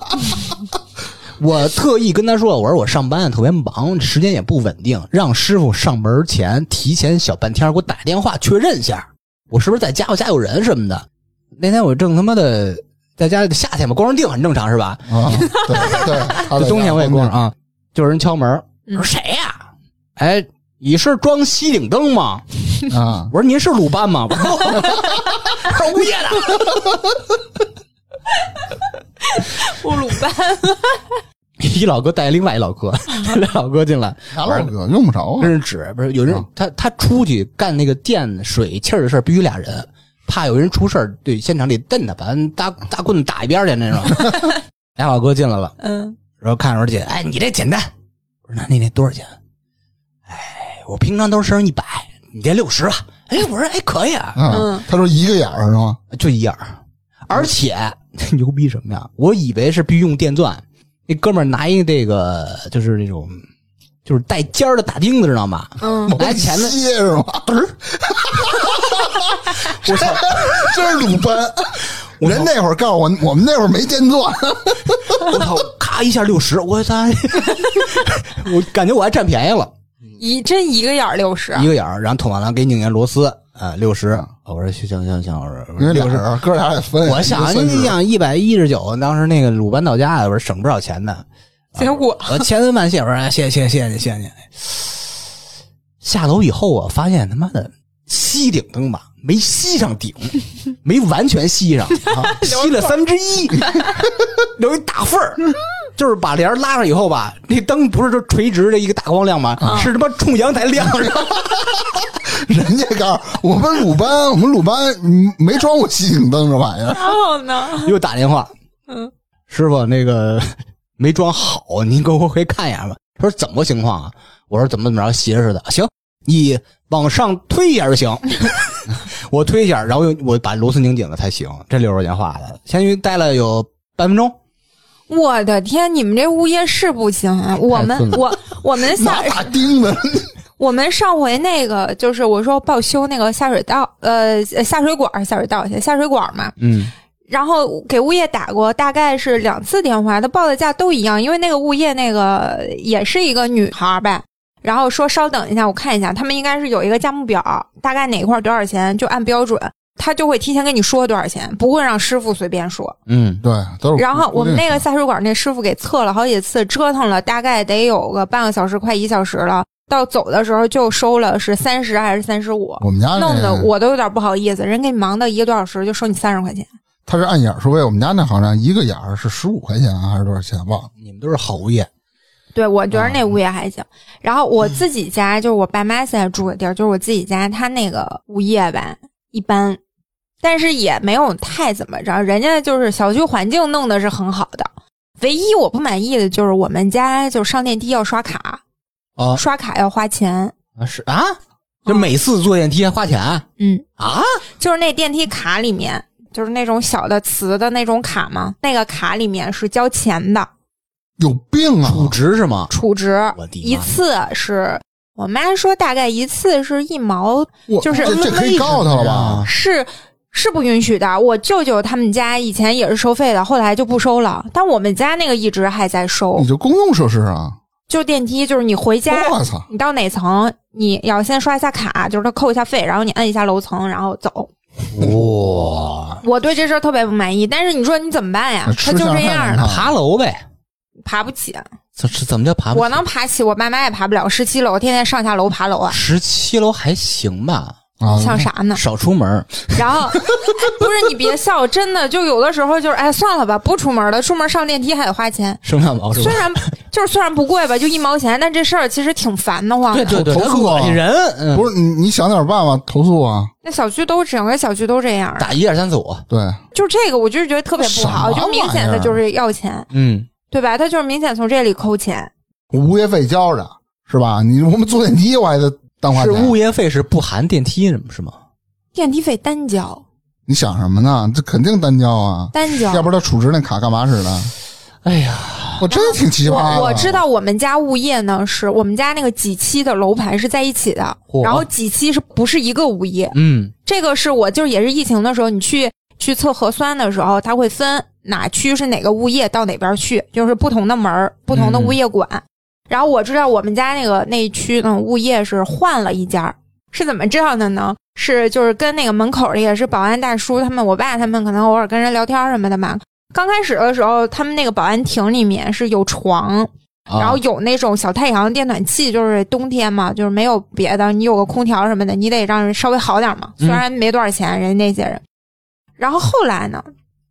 Speaker 3: 我特意跟他说，我说我上班特别忙，时间也不稳定，让师傅上门前提前小半天给我打电话确认一下，我是不是在家，我家有人什么的。那天我正他妈的在家，夏天嘛，光着腚很正常是吧？
Speaker 1: 啊，对对，他
Speaker 3: 这
Speaker 1: 在
Speaker 3: 冬天我也
Speaker 1: 家
Speaker 3: 光
Speaker 1: 光
Speaker 3: 着啊，就有人敲门，我说
Speaker 2: 嗯
Speaker 3: 谁呀、哎，你是装吸顶灯吗？
Speaker 1: 着啊，
Speaker 3: 我说您是鲁班吗？我 [laughs] 说我 [laughs] 说物业的，
Speaker 2: 布鲁班，
Speaker 3: [laughs] 一老哥带另外一老哥， [laughs] 俩老哥进来，
Speaker 1: 俩老哥用不着啊
Speaker 3: 真是指不是有人、
Speaker 1: 啊
Speaker 3: 他他出去干那个电水气儿的事儿必须俩人，怕有人出事儿，对现场得瞪他，把人大大棍子打一边儿去那种。俩老哥进来了，
Speaker 2: 嗯，
Speaker 3: 然后看着我说姐，哎，你这简单。我说那那那多少钱？哎，我平常都是一百，你这六十吧。哎，我说哎可以啊，
Speaker 1: 啊
Speaker 2: 嗯。
Speaker 1: 他说一个眼儿是吗？
Speaker 3: 就一样儿。而且 [laughs] 牛逼什么呀？我以为是必须用电钻，那哥们儿拿一这个就是那种就是带尖儿的大钉子，知道吗？
Speaker 2: 嗯，
Speaker 3: 来前头
Speaker 1: 歇是吗？ [laughs]
Speaker 3: 我操！
Speaker 1: 真是鲁班。人那会儿告诉我，我们那会儿没间断，
Speaker 3: [laughs] 我操，咔一下六十，我操！ [laughs] 我感觉我还占便宜了，
Speaker 2: 一真一个眼儿六十，
Speaker 3: 一个眼儿，然后捅完了给拧下螺丝，啊，六十。我说行行行，我
Speaker 1: [laughs] 因
Speaker 3: 说
Speaker 1: 为俩
Speaker 3: 六十。
Speaker 1: 人哥俩也分。
Speaker 3: 我想
Speaker 1: 一个三
Speaker 3: 你
Speaker 1: 十
Speaker 3: 想一百一十九，当时那个鲁班到家，我说省不少钱的，
Speaker 2: 结果
Speaker 3: 我千恩万谢，我说哎谢谢谢谢谢谢您。下楼以后啊，发现他妈的吸顶灯吧，没吸上顶，没完全吸上，啊、吸了三分之一， [laughs] 留一大缝儿。就是把帘儿拉上以后吧，那灯不是就垂直的一个大光亮吗？是他妈冲阳台亮着。
Speaker 1: 人家告诉我们鲁班，我们鲁班嗯没装过吸顶灯这
Speaker 3: [laughs]
Speaker 1: 玩意儿。
Speaker 2: 然后呢？
Speaker 3: 又打电话，
Speaker 2: 嗯，
Speaker 3: 师傅那个 [laughs] 没装好，您给我回看一眼吧。他说怎么个情况啊？我说怎么怎么着，斜似的。行，你往上推一下就行。 [laughs] 我推一下，然后又我把螺丝拧紧了才行。这六十块钱花的，相当于待了有半分钟，
Speaker 2: [laughs] 我的天，你们这物业是不行啊！我
Speaker 3: 太困
Speaker 2: 们
Speaker 3: 了
Speaker 2: 我我们下
Speaker 1: 拿大钉子，
Speaker 2: 我们上回那个就是我说报修那个下水道，呃，下水管儿下水道去下水管儿嘛，
Speaker 3: 嗯，
Speaker 2: 然后给物业打过，大概是两次电话，他报的价都一样，因为那个物业那个也是一个女孩儿呗。然后说稍等一下，我看一下，他们应该是有一个价目表，大概哪块儿多少钱，就按标准，他就会提前跟你说多少钱，不会让师傅随便说。
Speaker 3: 嗯，
Speaker 1: 对，都是。
Speaker 2: 然后我们那个下水管那师傅给测了好几次，折腾了大概得有个半个小时，快一小时了。到走的时候就收了是三十还是三十五，
Speaker 1: 我们家那
Speaker 2: 弄得我都有点不好意思，人给你忙到一个多小时就收你三十块钱。
Speaker 1: 他是按眼儿收费，我们家那好像一个眼儿是十五块钱啊还是多少钱忘了。
Speaker 3: 你们都是好物业，
Speaker 2: 对，我觉得那物业还行。然后我自己家就是我爸妈现在住的地儿，就是我自己家，他那个物业吧一般，但是也没有太怎么着，人家就是小区环境弄的是很好的。唯一我不满意的就是我们家就上电梯要刷卡，
Speaker 3: 啊
Speaker 2: 刷卡要花钱，
Speaker 3: 啊是啊，就每次坐电梯还花钱啊？
Speaker 2: 嗯，就是那电梯卡里面，就是那种小的磁的那种卡嘛，那个卡里面是交钱的，
Speaker 1: 有病啊！
Speaker 3: 储值是吗？
Speaker 2: 储值
Speaker 3: 我的妈
Speaker 2: 一次是。我妈说，大概一次是一毛
Speaker 1: 我
Speaker 2: 就是
Speaker 1: 这这可以告他了
Speaker 3: 啊
Speaker 1: 吧？
Speaker 2: 是是不允许的。我舅舅他们家以前也是收费的，后来就不收了。但我们家那个一直还在收
Speaker 1: 你，
Speaker 3: 嗯
Speaker 1: 就公用设施啊！
Speaker 2: 就电梯，就是你回家，
Speaker 1: 我操！
Speaker 2: 你到哪层，你要先刷一下卡，就是他扣一下费，然后你摁一下楼层，然后走。
Speaker 3: 哇，
Speaker 2: 我对这事儿特别不满意，但是你说你怎么办呀？
Speaker 1: 吃
Speaker 2: 他就
Speaker 1: 相
Speaker 2: 这
Speaker 1: 太难
Speaker 2: 样
Speaker 1: 看
Speaker 2: 的，
Speaker 1: 了
Speaker 3: 爬楼呗，
Speaker 2: 爬不起。啊
Speaker 3: 怎怎怎么叫爬不起？
Speaker 2: 我能爬起，我爸妈也爬不了。十七楼，天天上下楼爬楼啊。
Speaker 3: 十七楼还行吧？
Speaker 1: 啊，
Speaker 2: 像啥呢？
Speaker 3: 少出门儿，
Speaker 2: 然后不是你别笑，真的就有的时候就是哎算了吧，不出门了，出门上电梯还得花钱。
Speaker 3: 生汉 [laughs] 堡是吧
Speaker 2: 虽？然就是虽然不贵吧，就一毛钱，但这事儿其实挺烦的慌
Speaker 3: 对。对对，
Speaker 1: 投诉啊
Speaker 3: 恶心人，嗯
Speaker 1: 不是你你想点办法投诉啊？
Speaker 2: 那小区都整个小区都这样，
Speaker 3: 打一二三四五，
Speaker 1: 对，
Speaker 2: 就这个我就是觉得特别不好，
Speaker 1: 什么
Speaker 2: 就明显
Speaker 1: 玩意
Speaker 2: 他
Speaker 1: 儿
Speaker 2: 就是要钱，
Speaker 3: 嗯，
Speaker 2: 对吧？他就是明显从这里抠钱。
Speaker 1: 物业费交着是吧？你我们坐电梯我还得单花
Speaker 3: 是
Speaker 1: 钱
Speaker 3: 物，业费是不含电梯什么是吗？
Speaker 2: 电梯费单交，
Speaker 1: 你想什么呢？这肯定单交啊，
Speaker 2: 单交
Speaker 1: 要。不然他储值那卡干嘛使的？
Speaker 3: 哎呀，
Speaker 1: 我真的挺奇葩的
Speaker 2: 我我知道我们家物业呢，是我们家那个几期的楼盘是在一起的，
Speaker 3: 嚯
Speaker 2: 然后几期是不是一个物业？
Speaker 3: 嗯，
Speaker 2: 这个是我就是也是疫情的时候，你去去测核酸的时候，它会分哪区是哪个物业到哪边去，就是不同的门儿、不同的物业管。然后我知道我们家那个那一区呢，物业是换了一家儿，是怎么这样的呢？是就是跟那个门口的也是保安大叔他们，我爸他们可能偶尔跟人聊天什么的嘛。刚开始的时候，他们那个保安亭里面是有床，
Speaker 3: 啊
Speaker 2: 然后有那种小太阳电暖气，就是冬天嘛，就是没有别的，你有个空调什么的，你得让人稍微好点嘛。
Speaker 3: 嗯
Speaker 2: 虽然没多少钱，人家那些人。然后后来呢，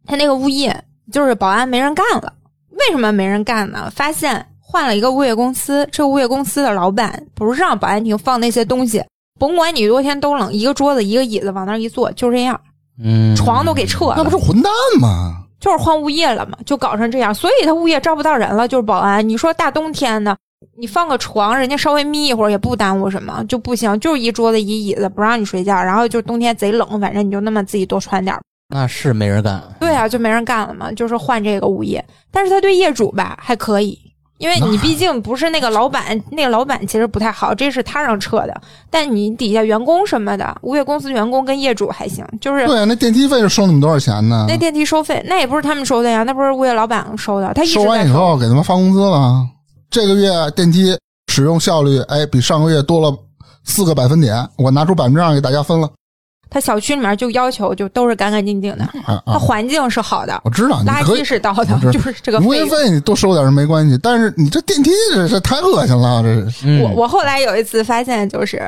Speaker 2: 他那个物业就是保安没人干了，为什么没人干呢？发现换了一个物业公司，这个物业公司的老板不是让保安亭放那些东西，甭管你多天都冷，一个桌子一个椅子往那儿一坐，就这样，
Speaker 3: 嗯，
Speaker 2: 床都给撤了。
Speaker 1: 那不是混蛋吗？
Speaker 2: 就是换物业了嘛，就搞成这样，所以他物业招不到人了，就是保安。你说大冬天的，你放个床，人家稍微眯一会儿也不耽误什么，就不行，就是一桌子一椅子不让你睡觉，然后就冬天贼冷，反正你就那么自己多穿点儿。
Speaker 3: 那是没人干，
Speaker 2: 对啊，就没人干了嘛，就是换这个物业，但是他对业主吧还可以，因为你毕竟不是那个老板， [laughs] 那个老板其实不太好，这是他让撤的，但你底下员工什么的，物业公司员工跟业主还行，就是
Speaker 1: 对啊，那电梯费是收你们多少钱呢？
Speaker 2: 那电梯收费，那也不是他们收的呀，那不是物业老板收的，他一直
Speaker 1: 收完
Speaker 2: 在
Speaker 1: 以
Speaker 2: 收。
Speaker 1: 后给他们发工资了。啊这个月电梯使用效率，哎，比上个月多了四个百分点。我拿出百分之二给大家分了。
Speaker 2: 他小区里面就要求就都是干干净净的，
Speaker 1: 啊
Speaker 2: 它
Speaker 1: 啊，
Speaker 2: 环境是好的，
Speaker 1: 我知道你
Speaker 2: 嗯垃
Speaker 1: 可
Speaker 2: 圾
Speaker 1: 以，
Speaker 2: 是倒的
Speaker 1: 我，知道
Speaker 2: 就是这个
Speaker 1: 物业
Speaker 2: 费。
Speaker 1: 费你多收点是没关系，但是你这电梯这这太恶心了，啊这
Speaker 2: [laughs]
Speaker 1: 是
Speaker 3: 嗯
Speaker 2: 我我后来有一次发现，就是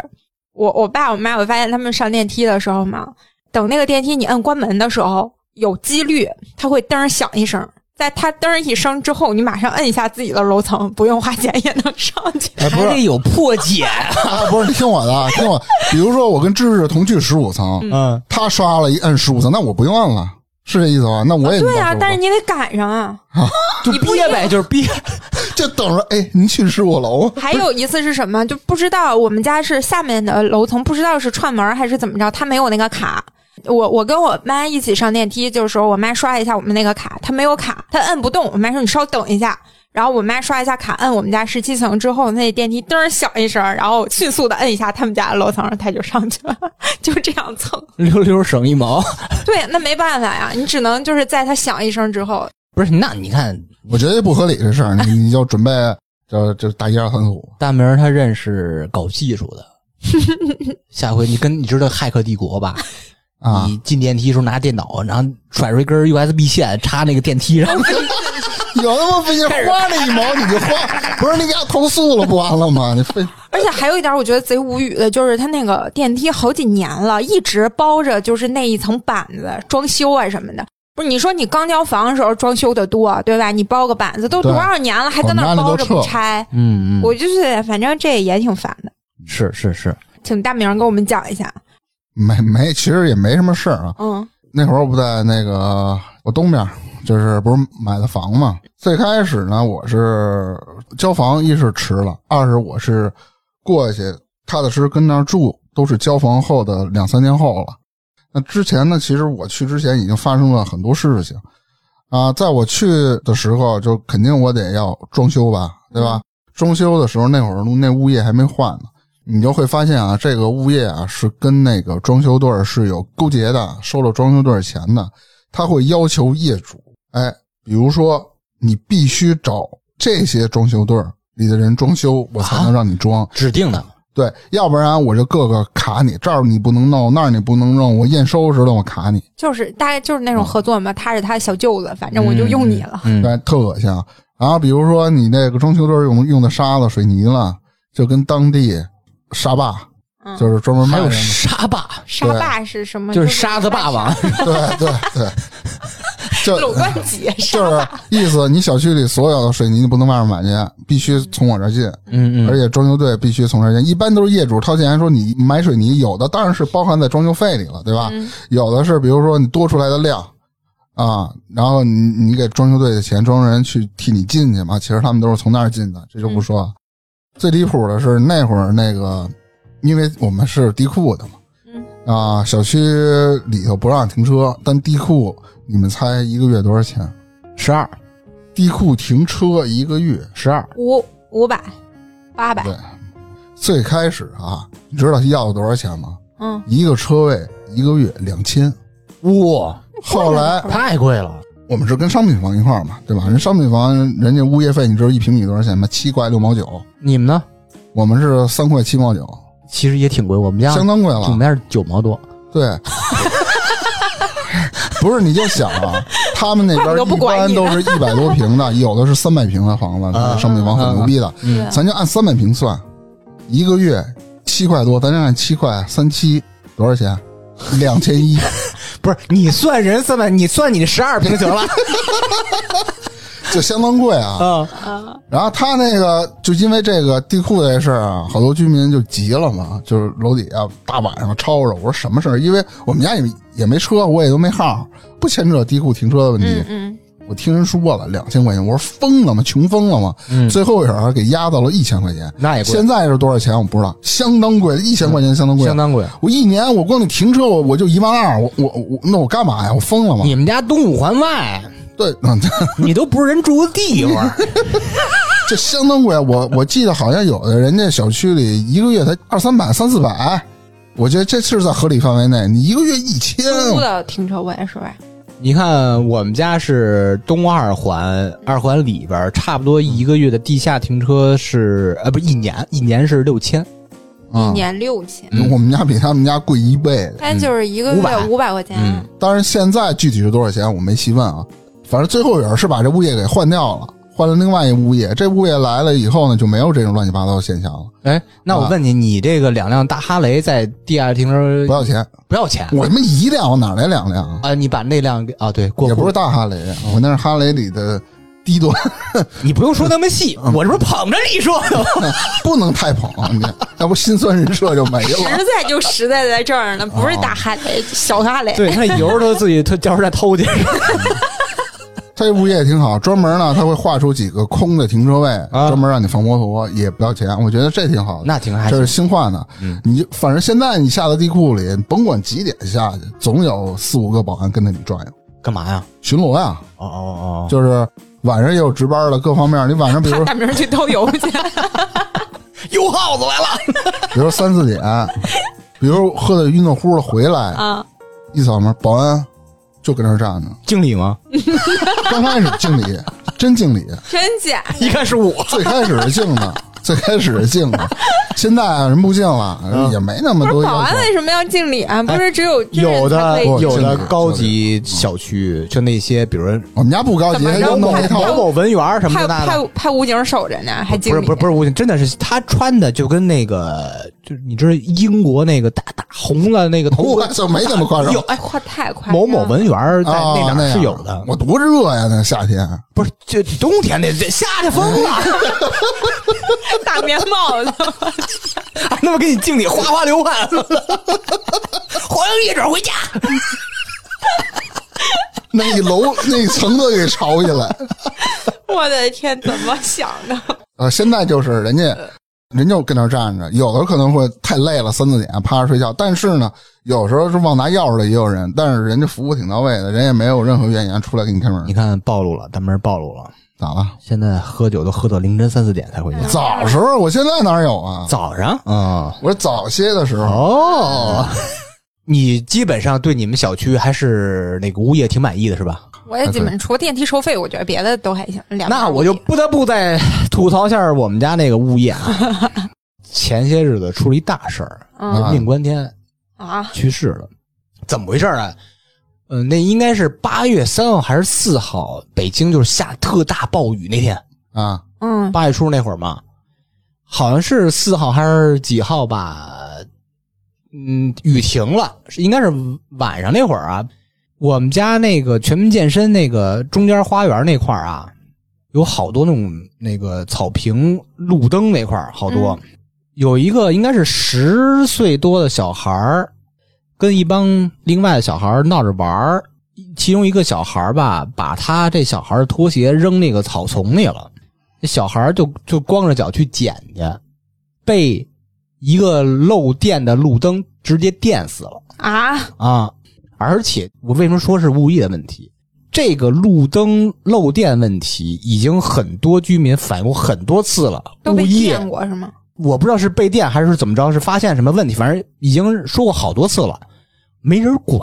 Speaker 2: 我我爸我妈，我发现他们上电梯的时候嘛，等那个电梯你摁关门的时候，有几率它会噔儿响一声，在它噔儿一声之后，你马上摁一下自己的楼层，不用花钱也能上去。
Speaker 1: 哎，不
Speaker 3: 还得
Speaker 1: 是
Speaker 3: 有破解，
Speaker 1: 啊，不是，你听我的，听我。比如说我跟芝芝同去十五层，
Speaker 3: [laughs] 嗯，
Speaker 1: 他刷了一摁十五层，那我不用摁了，是这意思吧？那我也
Speaker 2: 对啊，
Speaker 1: 15层
Speaker 2: 但是你得赶上啊。
Speaker 3: 就憋呗，就是憋，
Speaker 1: 就等着哎，您去十五楼，
Speaker 2: 还有一次是什么？就不知道我们家是下面的楼层，不知道是串门儿还是怎么着，他没有那个卡。我我跟我妈一起上电梯，就是说我妈刷一下我们那个卡，她没有卡，她摁不动。我妈说你稍等一下，然后我妈刷一下卡，摁我们家十七层之后，那电梯噔儿响一声，然后迅速的摁一下他们家的楼层，她就上去了， [laughs] 就这样蹭。
Speaker 3: 溜溜省一毛，
Speaker 2: 对，那没办法呀，你只能就是在她响一声之后，
Speaker 3: [laughs] 不是？那你看
Speaker 1: 我觉得不合理这事儿，你你就准备就就打一二三四五。
Speaker 3: 大明儿他认识搞技术的，下回你跟你知道《骇客帝国》吧？
Speaker 1: 啊，
Speaker 3: 你进电梯的时候拿电脑，然后甩出一根 USB 线插那个电梯 [laughs] 上，
Speaker 1: 有那么费劲，花那一毛你就花，不是你给他投诉了不完了吗？你费
Speaker 2: 而且还有一点，我觉得贼无语的就是，它那个电梯好几年了，一直包着就是那一层板子装修啊什么的。不是你说你刚交房的时候装修的多，对吧？你包个板子都
Speaker 1: 对
Speaker 2: 多少年了，还跟那
Speaker 1: 我们
Speaker 2: 儿
Speaker 1: 家那都
Speaker 2: 包着不
Speaker 1: 撤
Speaker 2: 拆？
Speaker 3: 嗯
Speaker 2: 我就是，反正这也挺烦的，
Speaker 3: 是是是，
Speaker 2: 请大明儿给我们讲一下。
Speaker 1: 没没，其实也没什么事儿啊。
Speaker 2: 嗯
Speaker 1: 那会儿我不在那个我东边，就是不是买的房嘛。最开始呢，我是交房，一是迟了，二是我是过去踏踏实实跟那儿住，都是交房后的两三年后了。那之前呢，其实我去之前已经发生了很多事情啊，在我去的时候，就肯定我得要装修吧，对吧？装修的时候，那会儿那物业还没换呢。你就会发现啊，这个物业啊是跟那个装修队儿是有勾结的，收了装修队儿钱的，他会要求业主，哎，比如说你必须找这些装修队儿里的人装修，我才能让你装，
Speaker 3: 指定的，
Speaker 1: 对，要不然我就各个卡你，这儿你不能弄，那儿你不能弄，我验收时候我卡你，
Speaker 2: 就是大概就是那种合作嘛，他是他的小舅子，反正我就用你了。
Speaker 3: 嗯，
Speaker 1: 对，特恶心啊。然后比如说你那个装修队儿用用的沙子、水泥了，就跟当地沙坝
Speaker 2: 嗯，
Speaker 1: 就是专门
Speaker 3: 还
Speaker 1: 卖
Speaker 3: 有
Speaker 1: 人的。
Speaker 3: 沙
Speaker 1: 嗯
Speaker 3: 霸，
Speaker 2: 沙霸是什么？
Speaker 3: 就是
Speaker 2: 是
Speaker 3: 沙
Speaker 2: [laughs]
Speaker 3: 子霸王，
Speaker 1: 对对对，就
Speaker 2: 鲁冠
Speaker 1: [laughs]
Speaker 2: 杰，沙
Speaker 1: 就是意思，你小区里所有的水泥你不能外面买去，必须从我这儿进，
Speaker 3: 嗯
Speaker 1: 而
Speaker 3: 嗯，
Speaker 1: 且装修队必须从这儿进。一般都是业主掏钱说你买水泥，有的当然是包含在装修费里了，对吧？
Speaker 2: 嗯
Speaker 1: 有的是比如说你多出来的量啊，然后你你给装修队的钱，装修人去替你进去嘛。其实他们都是从那儿进的，这就不
Speaker 2: 嗯
Speaker 1: 说了。最离谱的是那会儿那个，因为我们是地库的嘛，
Speaker 2: 嗯
Speaker 1: 啊，小区里头不让停车，但地库你们猜一个月多少钱？
Speaker 3: 十二
Speaker 1: 地库停车一个月，
Speaker 3: 十二，
Speaker 2: 五五百八百
Speaker 1: 对，最开始啊，你知道要了多少钱吗？
Speaker 2: 嗯，
Speaker 1: 一个车位一个月两千，
Speaker 3: 哇，
Speaker 1: 后来
Speaker 3: 太贵了，
Speaker 1: 我们是跟商品房一块儿嘛，对吧？人商品房人家物业费，你知道一平米多少钱吗？七块六毛九，
Speaker 3: 你们呢？
Speaker 1: 我们是三块七毛九，
Speaker 3: 其实也挺贵，我们家
Speaker 1: 相当贵了
Speaker 3: 我。们家是九毛多，
Speaker 1: 对， [laughs] 不是你就想
Speaker 2: [laughs]
Speaker 1: 啊，他们那边
Speaker 2: 都不
Speaker 1: 一
Speaker 2: 管
Speaker 1: 般
Speaker 2: 你
Speaker 1: 都是一百多平的，有的是三百平的房子，
Speaker 3: 啊
Speaker 1: 商品房很牛逼的。
Speaker 2: 对
Speaker 1: 嗯
Speaker 2: 啊
Speaker 1: 咱就按三百平算，一个月七块多，咱就按七块三七多少钱？两千一，
Speaker 3: 不是你算人三百，你算你十二平行了
Speaker 1: 就相当贵啊。
Speaker 3: [laughs] 啊，
Speaker 2: 啊，
Speaker 1: 然后他那个就因为这个地库这事儿啊，好多居民就急了嘛，就是楼底下大晚上吵吵。我说什么事儿？因为我们家也也没车，我也都没号，不牵扯地库停车的问题。
Speaker 2: 嗯嗯，
Speaker 1: 我听人说了两千块钱，我说疯了吗？穷疯了吗？
Speaker 3: 嗯
Speaker 1: 最后一手儿给压到了一千块钱。
Speaker 3: 那也贵
Speaker 1: 现，在是多少钱我不知道，相当贵，一千块钱相当贵。
Speaker 3: 相当贵。
Speaker 1: 我一年我光那停车我我就一万二，我我我那我干嘛呀？我疯了吗？
Speaker 3: 你们家东五环外，
Speaker 1: 对，嗯
Speaker 3: 你都不是人住的地 [laughs] 方，
Speaker 1: 这相当贵。啊我我记得好像有的人家小区里一个月才二三百、三四百，我觉得这是在合理范围内。你一个月一千，
Speaker 2: 租的停车位是吧？
Speaker 3: 你看，我们家是东二环，二环里边儿差不多一个月的地下停车是，呃，不是一年，一年是六千，
Speaker 2: 一
Speaker 1: 嗯，
Speaker 2: 年六千，
Speaker 3: 嗯
Speaker 1: 我们家比他们家贵一倍。
Speaker 2: 但就是一个月五百块钱，
Speaker 3: 嗯
Speaker 1: 当然现在具体是多少钱我没细问啊，反正最后也是把这物业给换掉了，换了另外一物业。这物业来了以后呢，就没有这种乱七八糟的现象了，
Speaker 3: 哎，那我问你，你这个两辆大哈雷在地下停车
Speaker 1: 不要钱。
Speaker 3: 不嗯要钱？
Speaker 1: 我他妈一辆，我哪来两辆啊？
Speaker 3: 啊，你把那辆给啊，对，过
Speaker 1: 也不
Speaker 3: 户
Speaker 1: 是，大哈雷，啊我那是哈雷里的低端， [laughs]
Speaker 3: 你不用说那么细，我这不是捧着你说的吗？
Speaker 1: 不能太捧，你要不心酸人设就没
Speaker 2: 实
Speaker 1: 了。
Speaker 2: 在就实在在这儿呢，不是大哈雷，小哈雷，
Speaker 3: [laughs] 哦对，那油他自己他叫人来偷 [laughs] 去
Speaker 1: 他这物业也挺好，专门呢他会划出几个空的停车位，
Speaker 3: 啊
Speaker 1: 专门让你放摩托，也不要钱，我觉得这挺好的。
Speaker 3: 哦那挺还
Speaker 1: 这
Speaker 3: 行
Speaker 1: 是新换的，
Speaker 3: 嗯
Speaker 1: 你就反正现在你下到地库里，甭管几点下去，总有四五个保安跟着你转悠
Speaker 3: 干嘛呀？
Speaker 1: 巡逻呀，
Speaker 3: 哦哦哦，
Speaker 1: 就是晚上也有值班的，各方面。你晚上比如说
Speaker 2: 怕
Speaker 3: [laughs]
Speaker 2: 大明儿去兜油 [laughs] 去，
Speaker 3: 油耗子来了， [laughs]
Speaker 1: 比如说三四点，比如喝的晕的乎了回来，
Speaker 2: 啊，
Speaker 1: 一扫门，保安就跟那儿站着。
Speaker 3: 经理吗？
Speaker 1: 刚开始敬礼，真敬礼，
Speaker 2: 真假？
Speaker 3: 一看是我，
Speaker 1: 最开始是敬的， [laughs] 最开始是敬的，现在啊人不敬了，
Speaker 3: 嗯
Speaker 1: 也没那么
Speaker 2: 不
Speaker 1: 多
Speaker 2: 是
Speaker 1: 要
Speaker 2: 保安
Speaker 1: 求。
Speaker 2: 为什么要敬礼啊？不是只有军人
Speaker 3: 哎有
Speaker 2: 才
Speaker 3: 的
Speaker 2: 可以
Speaker 1: 不
Speaker 3: 有
Speaker 1: 经
Speaker 3: 的
Speaker 1: 理
Speaker 3: 高级小区，就那些，比如说
Speaker 1: 我们家不高级，
Speaker 2: 怎么
Speaker 1: 他
Speaker 2: 着
Speaker 1: 就弄
Speaker 2: 我
Speaker 1: 那套
Speaker 2: 我
Speaker 3: 某某文员儿什
Speaker 2: 嗯
Speaker 3: 么
Speaker 2: 派
Speaker 3: 的那的
Speaker 2: 派派武警守着呢，还
Speaker 3: 不
Speaker 2: 敬
Speaker 3: 是
Speaker 2: 礼？
Speaker 3: 不是不是吴京，真的是他穿的就跟那个，就是你知道英国那个大大红的那个头 [laughs]
Speaker 1: 我
Speaker 3: 盔，
Speaker 1: 就没那么夸张
Speaker 3: 有。哎，
Speaker 2: 夸太夸张
Speaker 3: 某某文员儿在
Speaker 1: 啊，
Speaker 3: 哦那哪
Speaker 1: 那
Speaker 3: 儿
Speaker 1: 样
Speaker 3: 是有的，
Speaker 1: 我多热呀，那夏天。
Speaker 3: 不是就冬天那这夏天疯 [laughs] 了，
Speaker 2: 大棉帽子，
Speaker 3: 还他妈给你敬礼，哗哗流汗， [laughs] 欢迎业主回家。
Speaker 1: 那一
Speaker 2: [laughs]
Speaker 1: 楼那一层都给吵起来。
Speaker 2: 我的天，怎么想的？ [laughs]
Speaker 3: 哎
Speaker 1: 呃，现在就是人家，人就跟那儿站着，有的可能会太累了，三四点趴着睡觉。但是呢，有时候是忘拿钥匙的也有人，但是人家服务挺到位的，人也没有任何怨言出来给你开门
Speaker 3: 你。看暴露了，大门暴露了，
Speaker 1: 咋了？
Speaker 3: 现在喝酒都喝到凌晨三四点才回家，
Speaker 1: 早时候，我现在哪有啊？
Speaker 3: 早上啊
Speaker 1: 我早些的时候，
Speaker 3: 哦。你基本上对你们小区还是那个物业挺满意的是吧？
Speaker 2: 我也基本除了电梯收费，我觉得别的都还行。两百
Speaker 3: 那
Speaker 2: 五
Speaker 3: 我就不得不再吐槽一下我们家那个物业 [laughs] 啊。前些日子出了一大事儿，
Speaker 2: 嗯
Speaker 1: 啊
Speaker 3: 命关天
Speaker 2: 啊，
Speaker 3: 去世了，怎么回事儿啊？嗯、那应该是八月三号还是四号，北京就是下特大暴雨那天，
Speaker 1: 啊，
Speaker 2: 嗯
Speaker 3: 八月初那会儿嘛，好像是四号还是几号吧？嗯，雨停了，是应该是晚上那会儿啊。我们家那个全民健身那个中间花园那块儿啊，有好多那种那个草坪、路灯那块儿好多。有一个应该是十岁多的小孩儿，跟一帮另外的小孩儿闹着玩儿。其中一个小孩儿吧，把他这小孩儿的拖鞋扔那个草丛里了，那小孩儿就就光着脚去捡去，被一个漏电的路灯直接电死了
Speaker 2: 啊，
Speaker 3: 啊！而且我为什么说是物业的问题？这个路灯漏电问题已经很多居民反映过很多次了，
Speaker 2: 都
Speaker 3: 物
Speaker 2: 被
Speaker 3: 业
Speaker 2: 骗过是吗？
Speaker 3: 我不知道是被电还是怎么着，是发现什么问题，反正已经说过好多次了，没人管，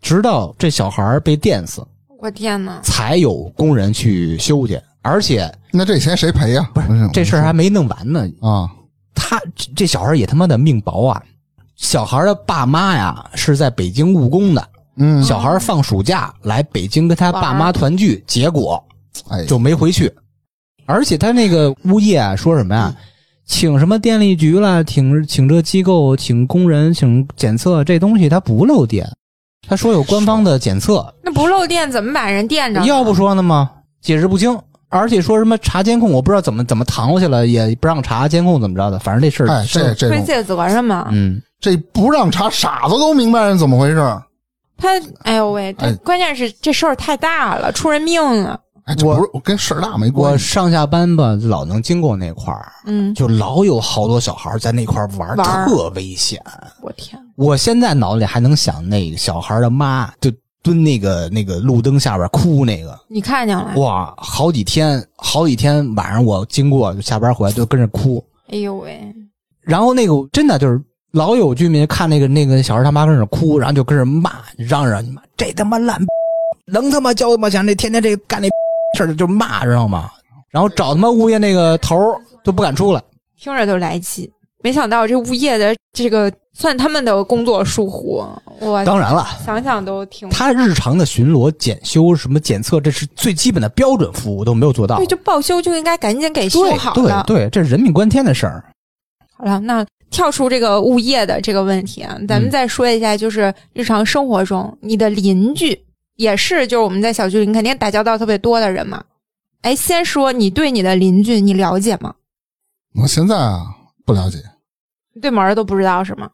Speaker 3: 直到这小孩儿被电死，
Speaker 2: 我天哪！
Speaker 3: 才有工人去修去，而且
Speaker 1: 那这钱谁赔呀、不是
Speaker 3: 这事儿还没弄完呢，
Speaker 1: 啊，
Speaker 3: 他这这小孩儿也他妈的命薄啊！小孩儿的爸妈呀是在北京务工的，
Speaker 1: 嗯，
Speaker 3: 小孩儿放暑假来北京跟他爸妈团聚，结果
Speaker 1: 哎，
Speaker 3: 就没回去。而且他那个物业啊，说什么
Speaker 1: 嗯
Speaker 3: 呀？请什么电力局啦，请请这机构，请工人，请检测这东西，它不漏电。他说有官方的检测，
Speaker 2: 那不漏电怎么把人电着呢？
Speaker 3: 要不说呢吗？解释不清。而且说什么查监控，我不知道怎么怎么搪过去了，也不让查监控，怎么着的？反正这事儿，
Speaker 1: 哎，这这
Speaker 2: 推
Speaker 1: 种
Speaker 2: 卸责任嘛？
Speaker 3: 嗯，
Speaker 1: 这不让查，傻子都明白是怎么回事儿。
Speaker 2: 他，哎呦喂，这
Speaker 1: 哎
Speaker 2: 关键是这事儿太大了，出人命啊了。
Speaker 1: 哎，这
Speaker 3: 我
Speaker 1: 不是我跟事儿大没
Speaker 3: 我
Speaker 1: 关系。
Speaker 3: 上下班吧，老能经过那块儿，
Speaker 2: 嗯，
Speaker 3: 就老有好多小孩儿在那块儿玩儿，
Speaker 2: 玩儿
Speaker 3: 特危险。
Speaker 2: 我天，
Speaker 3: 我现在脑子里还能想那个小孩的妈，就蹲那个那个路灯下边哭那个，
Speaker 2: 你看见了？
Speaker 3: 哇，好几天好几天晚上我经过就下班回来就跟着哭，
Speaker 2: 哎呦喂，
Speaker 3: 然后那个真的就是老有居民看那个那个小孩他妈跟那哭，然后就跟着骂嚷嚷你妈这他妈烂逼，能他妈交他妈钱这天天这干那逼事儿就骂知道吗？然后找他妈物业那个头儿都不敢出来，
Speaker 2: 听着就来气。没想到这物业的这个算他们的工作疏忽，我
Speaker 3: 当然了。
Speaker 2: 想想都挺。
Speaker 3: 他日常的巡逻、检修、什么检测，这是最基本的标准服务都没有做到。
Speaker 2: 对，就报修就应该赶紧给修
Speaker 3: 对
Speaker 2: 好
Speaker 3: 对
Speaker 2: 了。
Speaker 3: 对，这是人命关天的事儿。
Speaker 2: 好了，那跳出这个物业的这个问题啊，咱们
Speaker 3: 嗯
Speaker 2: 再说一下，就是日常生活中、你的邻居也是，就是我们在小区里你肯定打交道特别多的人嘛。哎，先说你对你的邻居你了解吗？
Speaker 1: 我现在啊不了解，
Speaker 2: 你对门儿都不知道是吗？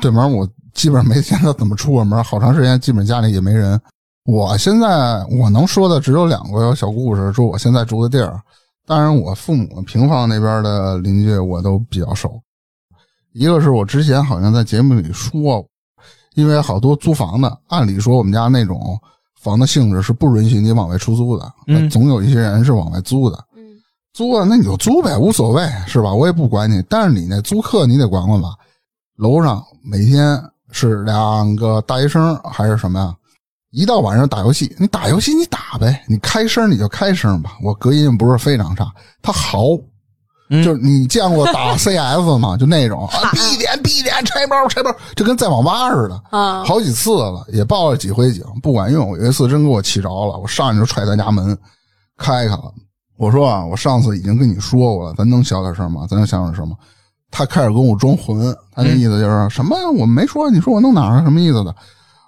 Speaker 1: 对门儿我基本上没见他怎么出过门儿，好长时间基本家里也没人。我现在我能说的只有两个小故事，说我现在住的地儿。当然，我父母平房那边的邻居我都比较熟。一个是我之前好像在节目里说，因为好多租房的，按理说我们家那种房的性质是不允许你往外出租的，
Speaker 3: 嗯
Speaker 1: 总有一些人是往外租的。
Speaker 2: 嗯，
Speaker 1: 租啊，那你就租呗，无所谓，是吧？我也不管你，但是你那租客你得管管吧。楼上每天是两个大学生还是什么呀？一到晚上打游戏，你打游戏你打呗，你开声你就开声吧。我隔音不是非常差，他嚎，
Speaker 3: 嗯
Speaker 1: 就是你见过打 [laughs] CS 吗？就那种啊，闭脸闭脸拆包拆包，就跟在网吧似的。
Speaker 2: 啊，
Speaker 1: 好几次了，也报了几回警，不管用。有一次真给我气着了，我上去就踹他家门，开开了。我说啊，我上次已经跟你说过了，咱能小点声吗？咱能小点声吗？他开始跟我装混，他那意思就是、什么呀？我没说，你说我弄哪儿了？什么意思的？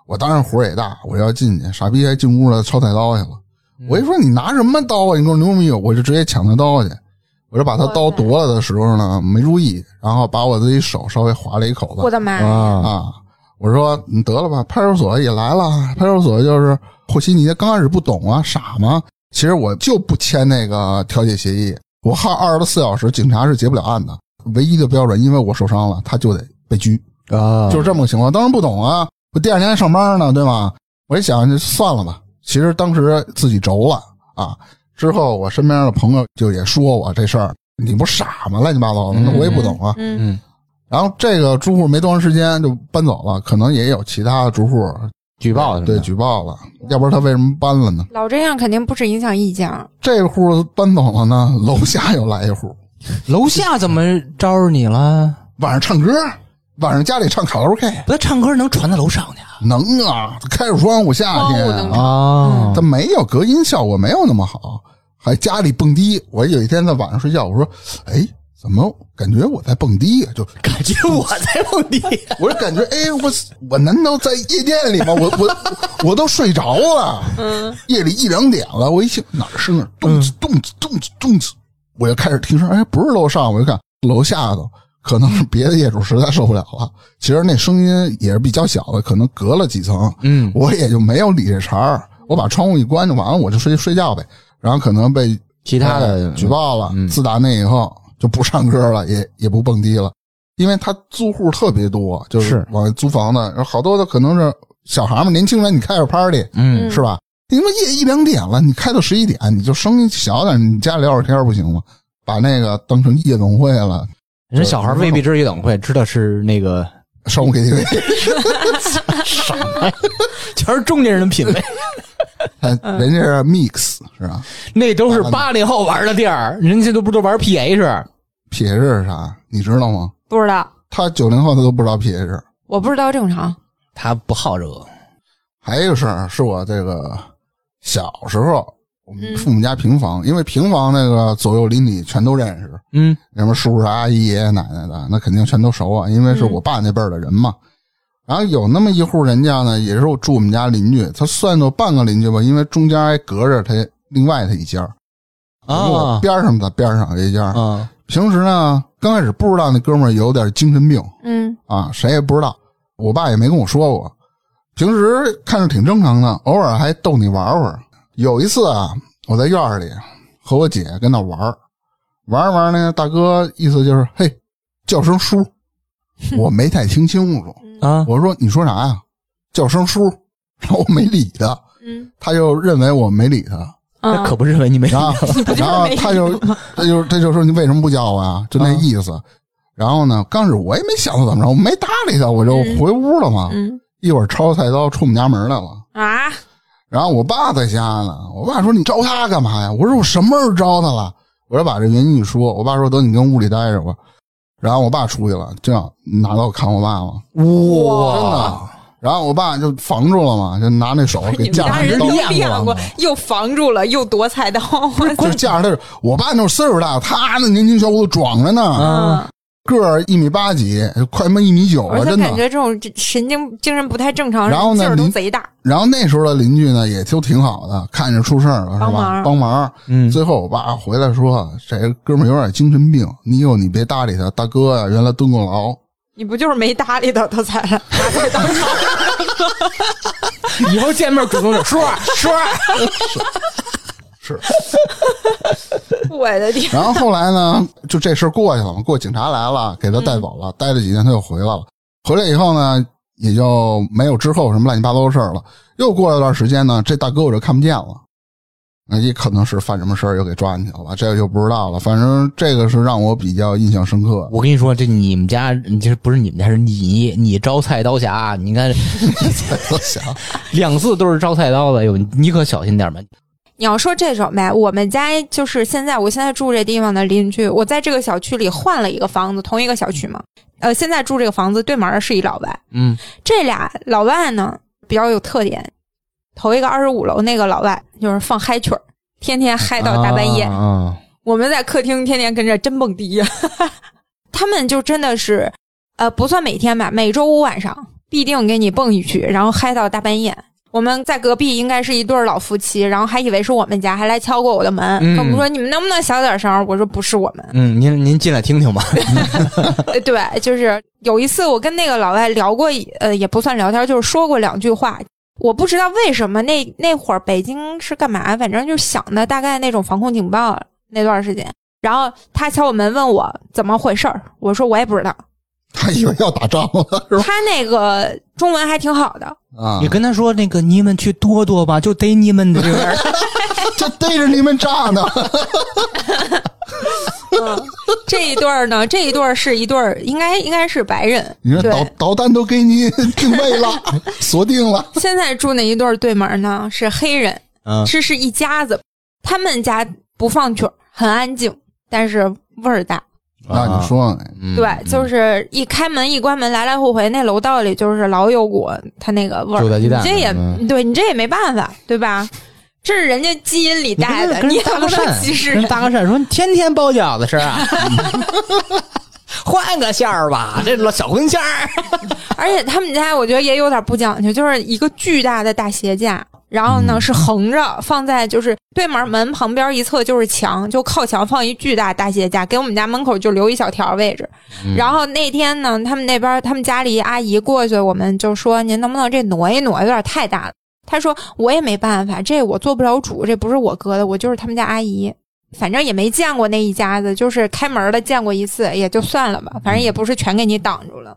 Speaker 1: 我当时火也大，我要进去，傻逼还进屋了，抄菜刀去了。我一说你拿什么刀啊？你给我牛逼！我就直接抢他刀去。我就把他刀夺了的时候呢，没注意，然后把我自己手稍微划了一口子
Speaker 2: 我。的妈呀！
Speaker 3: 啊，
Speaker 1: 啊，我说你得了吧，派出所也来了，派出所就是和稀泥，刚开始不懂啊，傻吗？其实我就不签那个调解协议，我耗二十四小时，警察是结不了案的。唯一的标准，因为我受伤了，他就得被拘，
Speaker 3: 啊
Speaker 1: 就是这么个情况。当时不懂啊，我第二天还上班呢，对吗？我一想，就算了吧。其实当时自己轴了啊。之后我身边的朋友就也说我这事儿，你不傻吗？乱七八糟的，那我也不懂啊。
Speaker 2: 嗯，
Speaker 3: 嗯，
Speaker 1: 然后这个住户没多长时间就搬走了，可能也有其他的住户
Speaker 3: 举报什么
Speaker 1: 对
Speaker 3: 的
Speaker 1: 举报了，要不然他为什么搬了呢？
Speaker 2: 老这样肯定不止影响啊一家，
Speaker 1: 这户搬走了呢，楼下又来一户，
Speaker 3: 楼下怎么招惹你了？
Speaker 1: 晚上唱歌，晚上家里唱卡拉 OK，
Speaker 3: 不，唱歌能传到楼上去
Speaker 1: 能啊，开着窗户夏天
Speaker 2: 窗户能
Speaker 1: 啊，
Speaker 3: 啊
Speaker 1: 它没有隔音效果，没有那么好，还家里蹦迪。我有一天在晚上睡觉，我说，哎，怎么感觉我在蹦迪啊呀、就
Speaker 3: [laughs] 感觉我在蹦迪，
Speaker 1: 我就感觉，哎，我我难道在夜店里吗？我我我都睡着了，嗯，夜里一两点了，我一醒哪儿是哪儿，动次动次动次动次，我就开始听声，哎，不是楼上，我就看楼下头，可能是别的业主实在受不了了。其实那声音也是比较小的，可能隔了几层，
Speaker 3: [laughs] 嗯，
Speaker 1: 我也就没有理这茬儿，我把窗户一关就完了，我就睡睡觉呗。然后可能被
Speaker 3: 其他的嗯
Speaker 1: 呃举报了。自打那以后就不唱歌了，也也不蹦迪了，因为他租户特别多，就是
Speaker 3: 是
Speaker 1: 往租房的，然后好多的可能是小孩们、年轻人，你开个 party
Speaker 3: 嗯，
Speaker 1: 是吧？你他妈夜一两点了，你开到十一点，你就声音小点，你家聊会儿天儿不行吗？把那个当成夜总会了，
Speaker 3: 人小孩未必知道夜总会，知道是那个
Speaker 1: 上午 KTV，
Speaker 3: [laughs] 全是中年人的品 [laughs] 味，
Speaker 1: 哎人家是 mix 是吧
Speaker 3: 那都是八零后玩的地儿，人家都不都玩 PH，
Speaker 1: ？PH 是啥？你知道吗？
Speaker 2: 不知道，
Speaker 1: 他九零后他都不知道 PH。
Speaker 2: 我不知道正常。
Speaker 3: 他不好这个，
Speaker 1: 还有一个事儿是我这个小时候，我们
Speaker 2: 嗯
Speaker 1: 父母家平房，因为平房那个左右邻里全都认识，
Speaker 3: 嗯
Speaker 1: 什么叔叔阿姨、爷爷奶奶的，那肯定全都熟啊，因为是
Speaker 2: 嗯
Speaker 1: 我爸那辈儿的人嘛。然后有那么一户人家呢，也是我住我们家邻居，他算作半个邻居吧，因为中间还隔着他另外他一家儿，我
Speaker 3: 啊
Speaker 1: 边上的边上有一家儿。
Speaker 3: 啊，
Speaker 1: 平时呢，刚开始不知道那哥们儿有点精神病，
Speaker 2: 嗯
Speaker 1: 啊，谁也不知道，我爸也没跟我说过。平时看着挺正常的，偶尔还逗你玩会儿。有一次啊，我在院儿里和我姐跟那玩儿，玩着玩着呢，大哥意思就是嘿，叫声叔，我没太听清楚。
Speaker 3: 啊，
Speaker 1: 我说你说啥呀？叫声叔， [laughs] 然后我没理他，
Speaker 2: 嗯
Speaker 1: 他就认为我没理他。
Speaker 3: 那可
Speaker 2: 嗯，
Speaker 3: 不认为你没
Speaker 1: 然
Speaker 3: [laughs]
Speaker 1: 后，
Speaker 2: [laughs]
Speaker 1: 然后他就 [laughs] 他就他就说你为什么不叫我呀？就那意思。然后呢，刚开始我也没想到怎么着，我没搭理他，我就
Speaker 2: 嗯
Speaker 1: 回屋了嘛。
Speaker 2: 嗯
Speaker 1: 一会儿抄菜刀出我们家门来了。
Speaker 2: 啊，
Speaker 1: 然后我爸在家呢，我爸说你招他干嘛呀？我说我什么时候招他了？我说把这原因一说，我爸说得你跟屋里待着吧。然后我爸出去了，这样拿刀砍我爸嘛，真的
Speaker 3: 哇，。
Speaker 1: 然后我爸就防住了嘛，就拿那手给
Speaker 2: 你们
Speaker 1: 架
Speaker 2: 家
Speaker 1: 上
Speaker 2: 人
Speaker 1: 刀
Speaker 2: 都
Speaker 3: 练过
Speaker 2: 练过，又防住了，又夺菜刀，
Speaker 1: 就是架着他，我爸那会儿岁数大，他那年轻小伙子壮着呢，
Speaker 2: 嗯，
Speaker 1: 个儿一米八几，快他妈一米九
Speaker 2: 我
Speaker 1: 了，
Speaker 2: 就
Speaker 1: 哦真
Speaker 2: 感
Speaker 1: 的。啊
Speaker 2: 觉这种神经精神不太正常，
Speaker 1: 然后呢
Speaker 2: 劲儿都
Speaker 1: 您
Speaker 2: 贼大，
Speaker 1: 然后那时候的邻居呢，也都挺好的，看着出事儿了是
Speaker 2: 帮
Speaker 1: 吧？
Speaker 2: 忙
Speaker 1: 帮忙。
Speaker 3: 嗯，
Speaker 1: 最后我爸回来说：“这哥们儿有点精神病，你以后你别搭理他。大哥呀、原来蹲过牢。
Speaker 2: 你不就是没搭理他，他才
Speaker 3: 以后见面主动点， [laughs] 叔叔，
Speaker 2: 我的天，
Speaker 1: 然后后来呢，就这事儿过去了嘛，过警察来了，给他带走了，待了几天他又回来了。回来以后呢，也就没有之后什么乱七八糟的事儿了。又过了段时间呢，这大哥我就看不见了，那也可能是犯什么事儿又给抓进去了，这个就不知道了。反正这个是让我比较印象深刻的。
Speaker 3: 我跟你说，这你们家，这不是你们家，是你你招菜刀侠，啊你看
Speaker 1: 我想，
Speaker 3: 两次都是招菜刀的，哟，你可小心点吧。
Speaker 2: 你要说这种呗，我们家就是现在我现在住这地方的邻居，我在这个小区里换了一个房子，同一个小区嘛。呃，现在住这个房子对门儿是一老外，
Speaker 3: 嗯
Speaker 2: 这俩老外呢比较有特点，头一个二十五楼那个老外就是放嗨曲儿，天天嗨到大半夜，
Speaker 3: 啊，
Speaker 2: 我们在客厅天天跟着真蹦迪呀、 [laughs] 他们就真的是，呃，不算每天吧，每周五晚上必定给你蹦一曲，然后嗨到大半夜。我们在隔壁应该是一对儿老夫妻，然后还以为是我们家，还来敲过我的门，
Speaker 3: 嗯
Speaker 2: 跟我们说你们能不能小点声儿？我说不是我们，
Speaker 3: 嗯，您您进来听听吧。
Speaker 2: [laughs] 呃，对，就是有一次我跟那个老外聊过一，呃，也不算聊天，就是说过两句话。我不知道为什么那那会儿北京是干嘛，反正就想的大概那种防控警报那段时间。然后他敲我门问我怎么回事儿，我说我也不知道。
Speaker 1: 他以为要打仗了
Speaker 2: [laughs]
Speaker 1: 是吧？
Speaker 2: 他那个中文还挺好的，
Speaker 1: 啊
Speaker 3: 你，跟他说那个你们去多多吧，就逮你们的这边。
Speaker 1: 这逮着你们炸呢。
Speaker 2: 嗯， [laughs] 这一对儿呢，这一对儿是一对儿，应该应该是白人。
Speaker 1: 你说
Speaker 2: 对
Speaker 1: 导导弹都给你定位了，锁定了。
Speaker 2: 现在住那一对儿对门呢是黑人，
Speaker 3: [laughs] 嗯，
Speaker 2: 这是一家子，他们家不放曲儿，很安静，但是味儿大。
Speaker 1: 那你说呢？
Speaker 3: 嗯
Speaker 2: 对，就是一开门一关门，来来回回那楼道里就是老有股它那个味儿。
Speaker 3: 韭菜鸡蛋
Speaker 2: 你这也、
Speaker 3: 嗯
Speaker 2: 对你这也没办法，对吧？这是人家基因里
Speaker 3: 你
Speaker 2: 带
Speaker 3: 跟
Speaker 2: 的，
Speaker 3: 跟
Speaker 2: 你
Speaker 3: 人
Speaker 2: 也
Speaker 3: 搭
Speaker 2: 不
Speaker 3: 个
Speaker 2: 能
Speaker 3: 讪，
Speaker 2: 歧视
Speaker 3: [laughs] 跟人搭个讪说你天天包饺子吃啊，换个馅儿吧，这老小荤馅儿。
Speaker 2: [laughs] 而且他们家我觉得也有点不讲究，就是一个巨大的大鞋架，然后
Speaker 3: 嗯
Speaker 2: 呢是横着放在就是对门门旁边一侧就是墙，就靠墙放一巨大大鞋架，给我们家门口就留一小条位置。
Speaker 1: 嗯
Speaker 2: 然后那天呢，他们那边他们家里阿姨过去，我们就说您能不能这挪一挪，有点太大了。他说我也没办法，这我做不了主，这不是我哥的，我就是他们家阿姨。反正也没见过那一家子，就是开门的见过一次，也就算了吧，反正也不是全给你挡住了。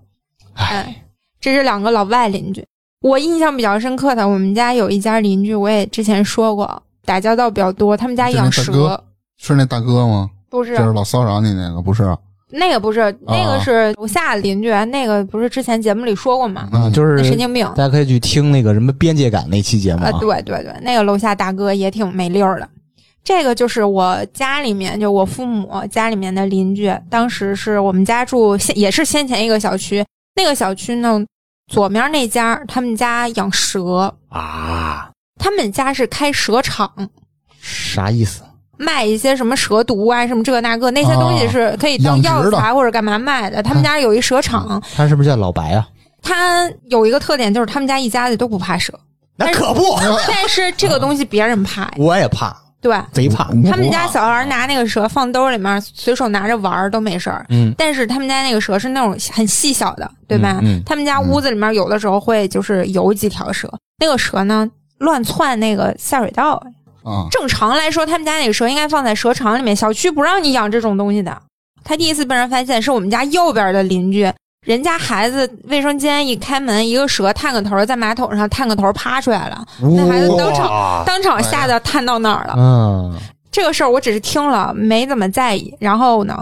Speaker 2: 哎，这是两个老外邻居。我印象比较深刻的，我们家有一家邻居，我也之前说过，打交道比较多。他们家养
Speaker 1: 这是大哥
Speaker 2: 蛇，
Speaker 1: 是那大哥吗？
Speaker 2: 不是啊
Speaker 1: 就是老骚扰你那个，不是啊？
Speaker 2: 那个不是那个是楼下邻居，那个不是之前节目里说过吗？
Speaker 3: 啊，就
Speaker 2: 那
Speaker 3: 是
Speaker 2: 神经病啊、
Speaker 3: 大家可以去听那个什么边界感那期节目啊，
Speaker 2: 对对对，那个楼下大哥也挺没溜儿的。这个就是我家里面，就我父母家里面的邻居。当时是我们家住，先也是先前一个小区，那个小区呢，左面那家他们家养蛇，
Speaker 3: 啊，
Speaker 2: 他们家是开蛇场，
Speaker 3: 啥意思？
Speaker 2: 卖一些什么蛇毒啊，什么这那个那些东西是可以当
Speaker 1: 养殖
Speaker 2: 药
Speaker 1: 的
Speaker 2: 材或者干嘛卖的。他们家有一蛇场，
Speaker 3: 他是不是叫老白啊？
Speaker 2: 他有一个特点就是他们家一家子都不怕蛇，
Speaker 3: 那可不，
Speaker 2: 但是这个东西别人怕呀，
Speaker 3: 我也怕，
Speaker 2: 对。
Speaker 3: 贼怕。
Speaker 2: 他们
Speaker 1: 啊
Speaker 2: 家小孩拿那个蛇放兜里面，随手拿着玩儿都没事儿。
Speaker 3: 嗯，
Speaker 2: 但是他们家那个蛇是那种很细小的，对吧？
Speaker 3: 嗯嗯
Speaker 2: 他们家屋子里面有的时候会就是有几条蛇，那个蛇呢乱窜那个下水道，
Speaker 1: 啊，
Speaker 2: 正常来说，他们家那个蛇应该放在蛇场里面，小区不让你养这种东西的。他第一次被人发现，是我们家右边的邻居，人家孩子卫生间一开门，一个蛇探个头在马桶上探个头趴出来了，那孩子当场
Speaker 3: 哇，
Speaker 2: 当场吓得探到那儿了。
Speaker 3: 嗯，
Speaker 2: 这个事儿我只是听了，没怎么在意。然后呢，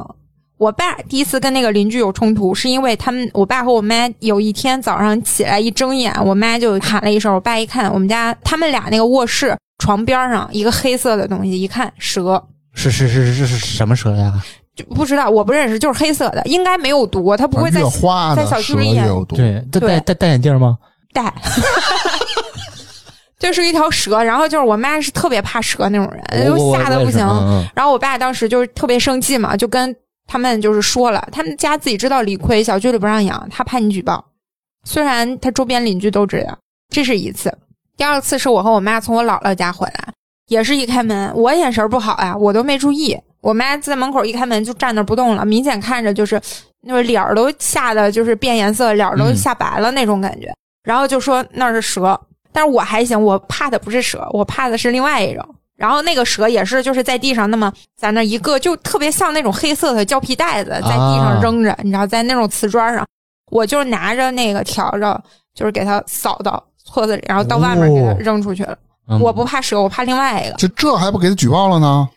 Speaker 2: 我爸第一次跟那个邻居有冲突，是因为他们我爸和我妈有一天早上起来一睁眼，我妈就喊了一声，我爸一看我们家他们俩那个卧室床边上一个黑色的东西，一看蛇。
Speaker 3: 是是是是是什么蛇呀？
Speaker 2: 就不知道，我不认识，就是黑色的，应该没有毒，它不会
Speaker 1: 反
Speaker 2: 在
Speaker 1: 正越花的
Speaker 2: 在小区
Speaker 1: 蛇
Speaker 2: 里
Speaker 1: 越
Speaker 2: 养
Speaker 1: 有毒。
Speaker 3: 对，戴戴戴戴眼镜吗？
Speaker 2: 带。 [laughs] 就是一条蛇，然后就是我妈是特别怕蛇那种人，
Speaker 3: 我
Speaker 2: 就
Speaker 3: 我
Speaker 2: 哎吓得不
Speaker 3: 我也是
Speaker 2: 行。
Speaker 3: 嗯嗯
Speaker 2: 然后我爸当时就是特别生气嘛，就跟他们就是说了，他们家自己知道理亏，小区里不让养，他怕你举报。虽然他周边邻居都知道，这是一次。第二次是我和我妈从我姥姥家回来，也是一开门，我眼神不好呀、我都没注意。我妈在门口一开门就站那儿不动了，明显看着就是那个脸儿都吓得就是变颜色，脸儿都
Speaker 3: 嗯
Speaker 2: 吓白了那种感觉。然后就说那儿是蛇，但是我还行，我怕的不是蛇，我怕的是另外一种。然后那个蛇也是，就是在地上那么在那一个，就特别像那种黑色的胶皮袋子，在地
Speaker 3: 啊
Speaker 2: 上扔着，你知道，在那种瓷砖上，我就拿着那个笤帚，就是给它扫到村子里，然后到外面给它
Speaker 3: 哦
Speaker 2: 扔出去了。
Speaker 3: 嗯，
Speaker 2: 我不怕蛇，我怕另外一个。
Speaker 1: 就这还不给他举报了呢？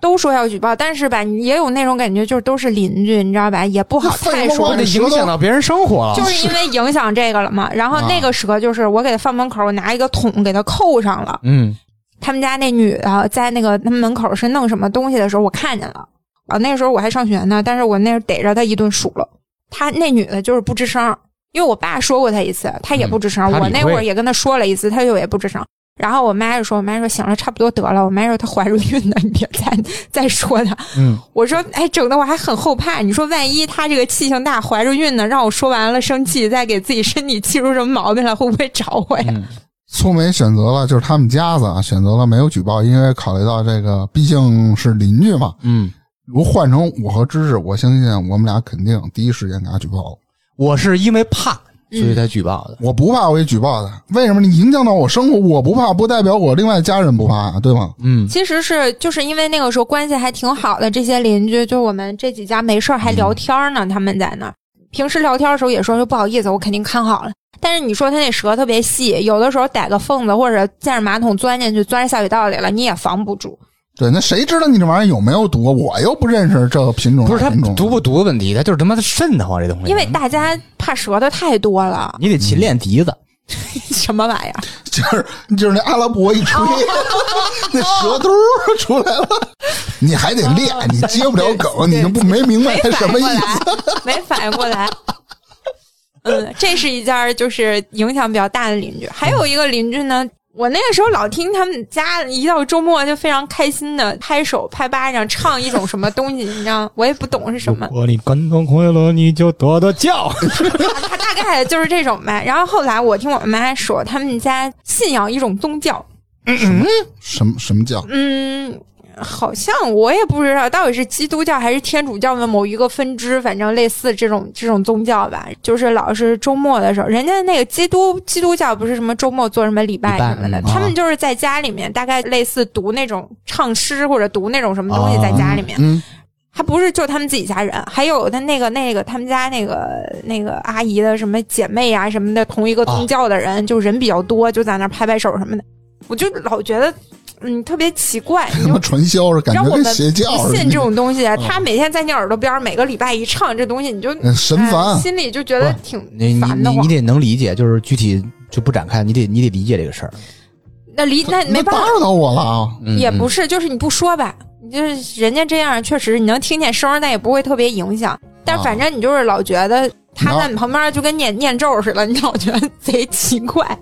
Speaker 2: 都说要举报，但是吧，你也有那种感觉，就是都是邻居，你知道吧？也不好
Speaker 1: 那废
Speaker 2: 太
Speaker 1: 话
Speaker 2: 说
Speaker 1: 我
Speaker 3: 我
Speaker 1: 得
Speaker 3: 得
Speaker 1: 影
Speaker 3: 影
Speaker 1: 响
Speaker 3: 响到别人生活了。
Speaker 2: 就是因为影响这个了嘛。然后
Speaker 3: 啊
Speaker 2: 那个蛇就是我给它放门口，我拿一个桶给它扣上了。
Speaker 3: 嗯，
Speaker 2: 他们家那女的在那个他们门口是弄什么东西的时候，我看见了。啊，那时候我还上学呢，但是我那时候逮着她一顿数了。她那女的就是不吱声，因为我爸说过她一次，她也不吱声。
Speaker 3: 嗯她理
Speaker 2: 我那会儿
Speaker 3: 会
Speaker 2: 也跟她说了一次，她就也不吱声。然后我妈就说：“我妈说行了，差不多得了。”我妈说：“她怀着孕呢，你别再再说她。”
Speaker 3: 嗯，
Speaker 2: 我说：“哎，整的我还很后怕。你说万一她这个气性大，怀着孕呢，让我说完了生气，再给自己身体气出什么毛病来，会不会找我呀？”
Speaker 3: 嗯
Speaker 1: 苏梅选择了，就是他们家子啊，选择了没有举报，因为考虑到这个毕竟是邻居嘛。
Speaker 3: 嗯，
Speaker 1: 如换成我和芝芝，我相信我们俩肯定第一时间给他举报了。
Speaker 3: 我是因为怕，
Speaker 2: 嗯
Speaker 3: 所以才举报的。
Speaker 1: 我不怕，我也举报他。为什么？你影响到我生活，我不怕，不代表我另外家人不怕呀，对吗？
Speaker 3: 嗯，
Speaker 2: 其实是就是因为那个时候关系还挺好的，这些邻居就我们这几家没事儿还聊天儿呢，他们在那儿平时聊天的时候也说说不好意思，我肯定看好了。但是你说他那蛇特别细，有的时候逮个缝子或者见着马桶钻进去，钻下水道里了，你也防不住。
Speaker 1: 对，那谁知道你这玩意儿有没有毒？我又不认识这个品种，
Speaker 3: 不是他
Speaker 1: 品种
Speaker 3: 毒不毒的问题，他就是他妈的瘆得慌这东西。
Speaker 2: 因为大家怕蛇的太多了， [laughs]
Speaker 3: 你得勤练笛子，
Speaker 2: 什么玩意儿？
Speaker 1: 就是就是那阿拉伯一吹，
Speaker 2: 哦
Speaker 1: [laughs] 那蛇嘟儿出来
Speaker 2: [laughs]
Speaker 1: 了，你还得练，你接不了梗，你就不没明白
Speaker 2: 哦没
Speaker 1: 它什
Speaker 2: 反
Speaker 1: 么
Speaker 2: 应
Speaker 1: 意
Speaker 2: 过来
Speaker 1: 思。，
Speaker 2: 没反应过来。嗯，这是一家就是影响比较大的邻居，还有一个邻居呢，我那个时候老听他们家一到周末就非常开心的拍手拍巴掌，唱一种什么东西，你知道，我也不懂是什么
Speaker 3: 如，果你感到快乐，你就跺跺脚。
Speaker 2: 他大概就是这种呗。然后后来我听我妈说，他们家信仰一种宗教，
Speaker 1: 什么什么教？
Speaker 2: 嗯，好像我也不知道到底是基督教还是天主教的某一个分支，反正类似这种这种宗教吧。就是老是周末的时候，人家那个基督基督教不是什么周末做什么礼拜
Speaker 3: 礼拜
Speaker 2: 什么的，
Speaker 3: 嗯
Speaker 2: 他们
Speaker 3: 啊
Speaker 2: 就是在家里面，大概类似读那种唱诗或者读那种什么东西
Speaker 3: 啊
Speaker 2: 在家里面。
Speaker 1: 嗯，
Speaker 2: 还不是就他们自己家人，还有他那个那个他们家那个那个阿姨的什么姐妹啊什么的，同一个宗教的人，就人比较多，就在那儿拍拍手什么的。我就老觉得，嗯，特别奇怪，你
Speaker 1: 他
Speaker 3: [laughs]
Speaker 1: 妈
Speaker 2: 就
Speaker 1: 传销是感
Speaker 2: 让
Speaker 1: 觉
Speaker 2: 我
Speaker 1: 跟
Speaker 2: 们
Speaker 1: 邪教
Speaker 2: 不
Speaker 1: 似
Speaker 2: 信这
Speaker 1: 的，
Speaker 2: 种东
Speaker 3: 嗯
Speaker 2: 西。他每天在你耳朵边儿，每个礼拜一唱这东西，你就
Speaker 1: 嗯神
Speaker 2: 哎
Speaker 1: 烦。
Speaker 2: 心里就觉得
Speaker 3: 啊不
Speaker 2: 挺
Speaker 3: [laughs] 你你
Speaker 2: 烦的
Speaker 3: 你
Speaker 2: 慌
Speaker 3: 你。得能理解，就是具体就不展开，你得你得理解这个事儿。
Speaker 2: 那离那没办
Speaker 1: 打
Speaker 2: 法，
Speaker 1: 扰到我了啊！
Speaker 3: 嗯
Speaker 2: 也不
Speaker 3: 嗯
Speaker 2: 是，就是你不说吧，你就是人家这样，确实你能听见声儿，但也不会特别影响。但
Speaker 1: 啊
Speaker 3: 哦
Speaker 2: 反正你就是老觉得他
Speaker 1: 那
Speaker 2: 在你旁边就跟念念咒似的，你老觉得 [laughs] 贼奇怪。
Speaker 1: 哎呀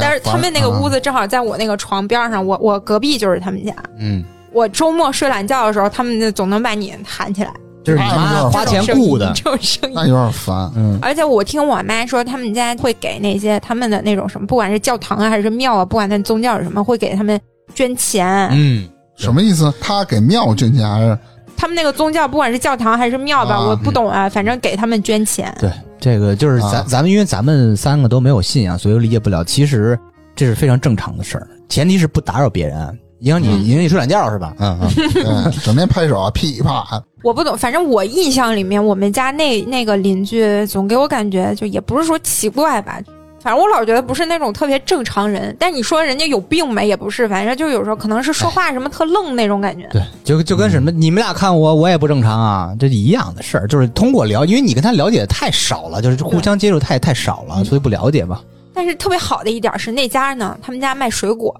Speaker 2: 但是他们那
Speaker 3: 嗯
Speaker 2: 个屋，子正好在我那个床边上，我我隔壁就是他们家。
Speaker 3: 嗯，
Speaker 2: 我周末睡懒觉的时候，他们就总能把你喊起来，
Speaker 3: 嗯就是你妈花钱雇的，
Speaker 2: [laughs] 这种声
Speaker 1: 烦。
Speaker 2: 音
Speaker 1: 那有点烦。
Speaker 3: 嗯，
Speaker 2: 而且我听我妈说，他们家会给那些他们的那种什么，不管是教堂啊还是庙啊，不管那宗教是什么，会给他们捐钱。
Speaker 3: 嗯，
Speaker 1: 什么意思？他给庙捐钱还是
Speaker 2: 他们那个宗教，不管是教堂还是庙吧，
Speaker 1: 啊
Speaker 2: 我不懂啊，反正给他们捐钱。
Speaker 3: 对，这个就是咱、
Speaker 1: 啊
Speaker 3: 咱们因为咱们三个都没有信啊仰，所以理解不了。其实这是非常正常的事儿，前提是不打扰别人，影响你
Speaker 2: 嗯
Speaker 3: 影响你睡懒觉是吧？嗯嗯， [laughs]
Speaker 1: 对整天拍手啊，噼
Speaker 2: [laughs]
Speaker 1: 啪？
Speaker 2: 我不懂，反正我印象里面，我们家那那个邻居总给我感觉就也不是说奇怪吧，反正我老觉得不是那种特别正常人。但你说人家有病没也不是，反正就有时候可能是说话什么特愣那种感觉。
Speaker 3: 对，就就跟什么、你们俩看我，我也不正常啊，这一样的事儿，就是通过了，因为你跟他了解的太少了，就是互相接触太太少了，所以不了解嘛。
Speaker 2: 但是特别好的一点是那家呢，他们家卖水果，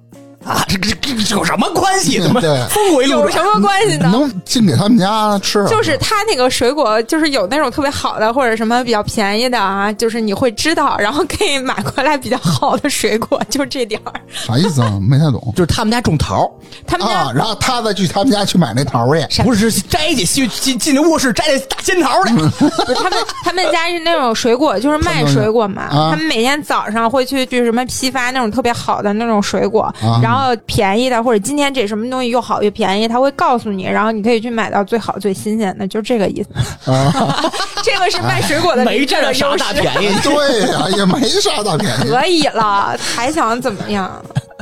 Speaker 3: 啊，这这这这有什么关系？怎么
Speaker 1: 对，
Speaker 3: 峰回路
Speaker 2: 有
Speaker 3: 转？
Speaker 2: 什么关系呢？
Speaker 1: 能进给他们家吃？啊
Speaker 2: 就是他那个水果，就是有那种特别好的或者什么比较便宜的啊，就是你会知道，然后可以买回来比较好的水果，就这点儿。 [laughs]
Speaker 1: 啥意思啊？没太懂
Speaker 3: [laughs] 就是他们家种桃，
Speaker 2: 他们家、
Speaker 1: 啊。然后他再去他们家去买那桃儿去。
Speaker 3: 不是摘去进进进那卧室摘那大仙桃来。
Speaker 2: 不是他们他们家是那种水果，就是卖水果嘛。
Speaker 1: 啊
Speaker 2: 他们每天早上会去去什么批发那种特别好的那种水果，
Speaker 1: 啊
Speaker 2: 然后便宜的或者今天这什么东西又好又便宜，他会告诉你，然后你可以去买到最好最新鲜的，就这个意思。
Speaker 1: 啊
Speaker 2: [laughs]
Speaker 1: [laughs]
Speaker 2: 这个是卖水果的
Speaker 3: [laughs] 没
Speaker 2: 真
Speaker 3: 占
Speaker 2: 的
Speaker 3: 着啥大便 [laughs] 宜，
Speaker 1: 对呀，也没啥大便宜。
Speaker 2: 可以了，还想怎么样？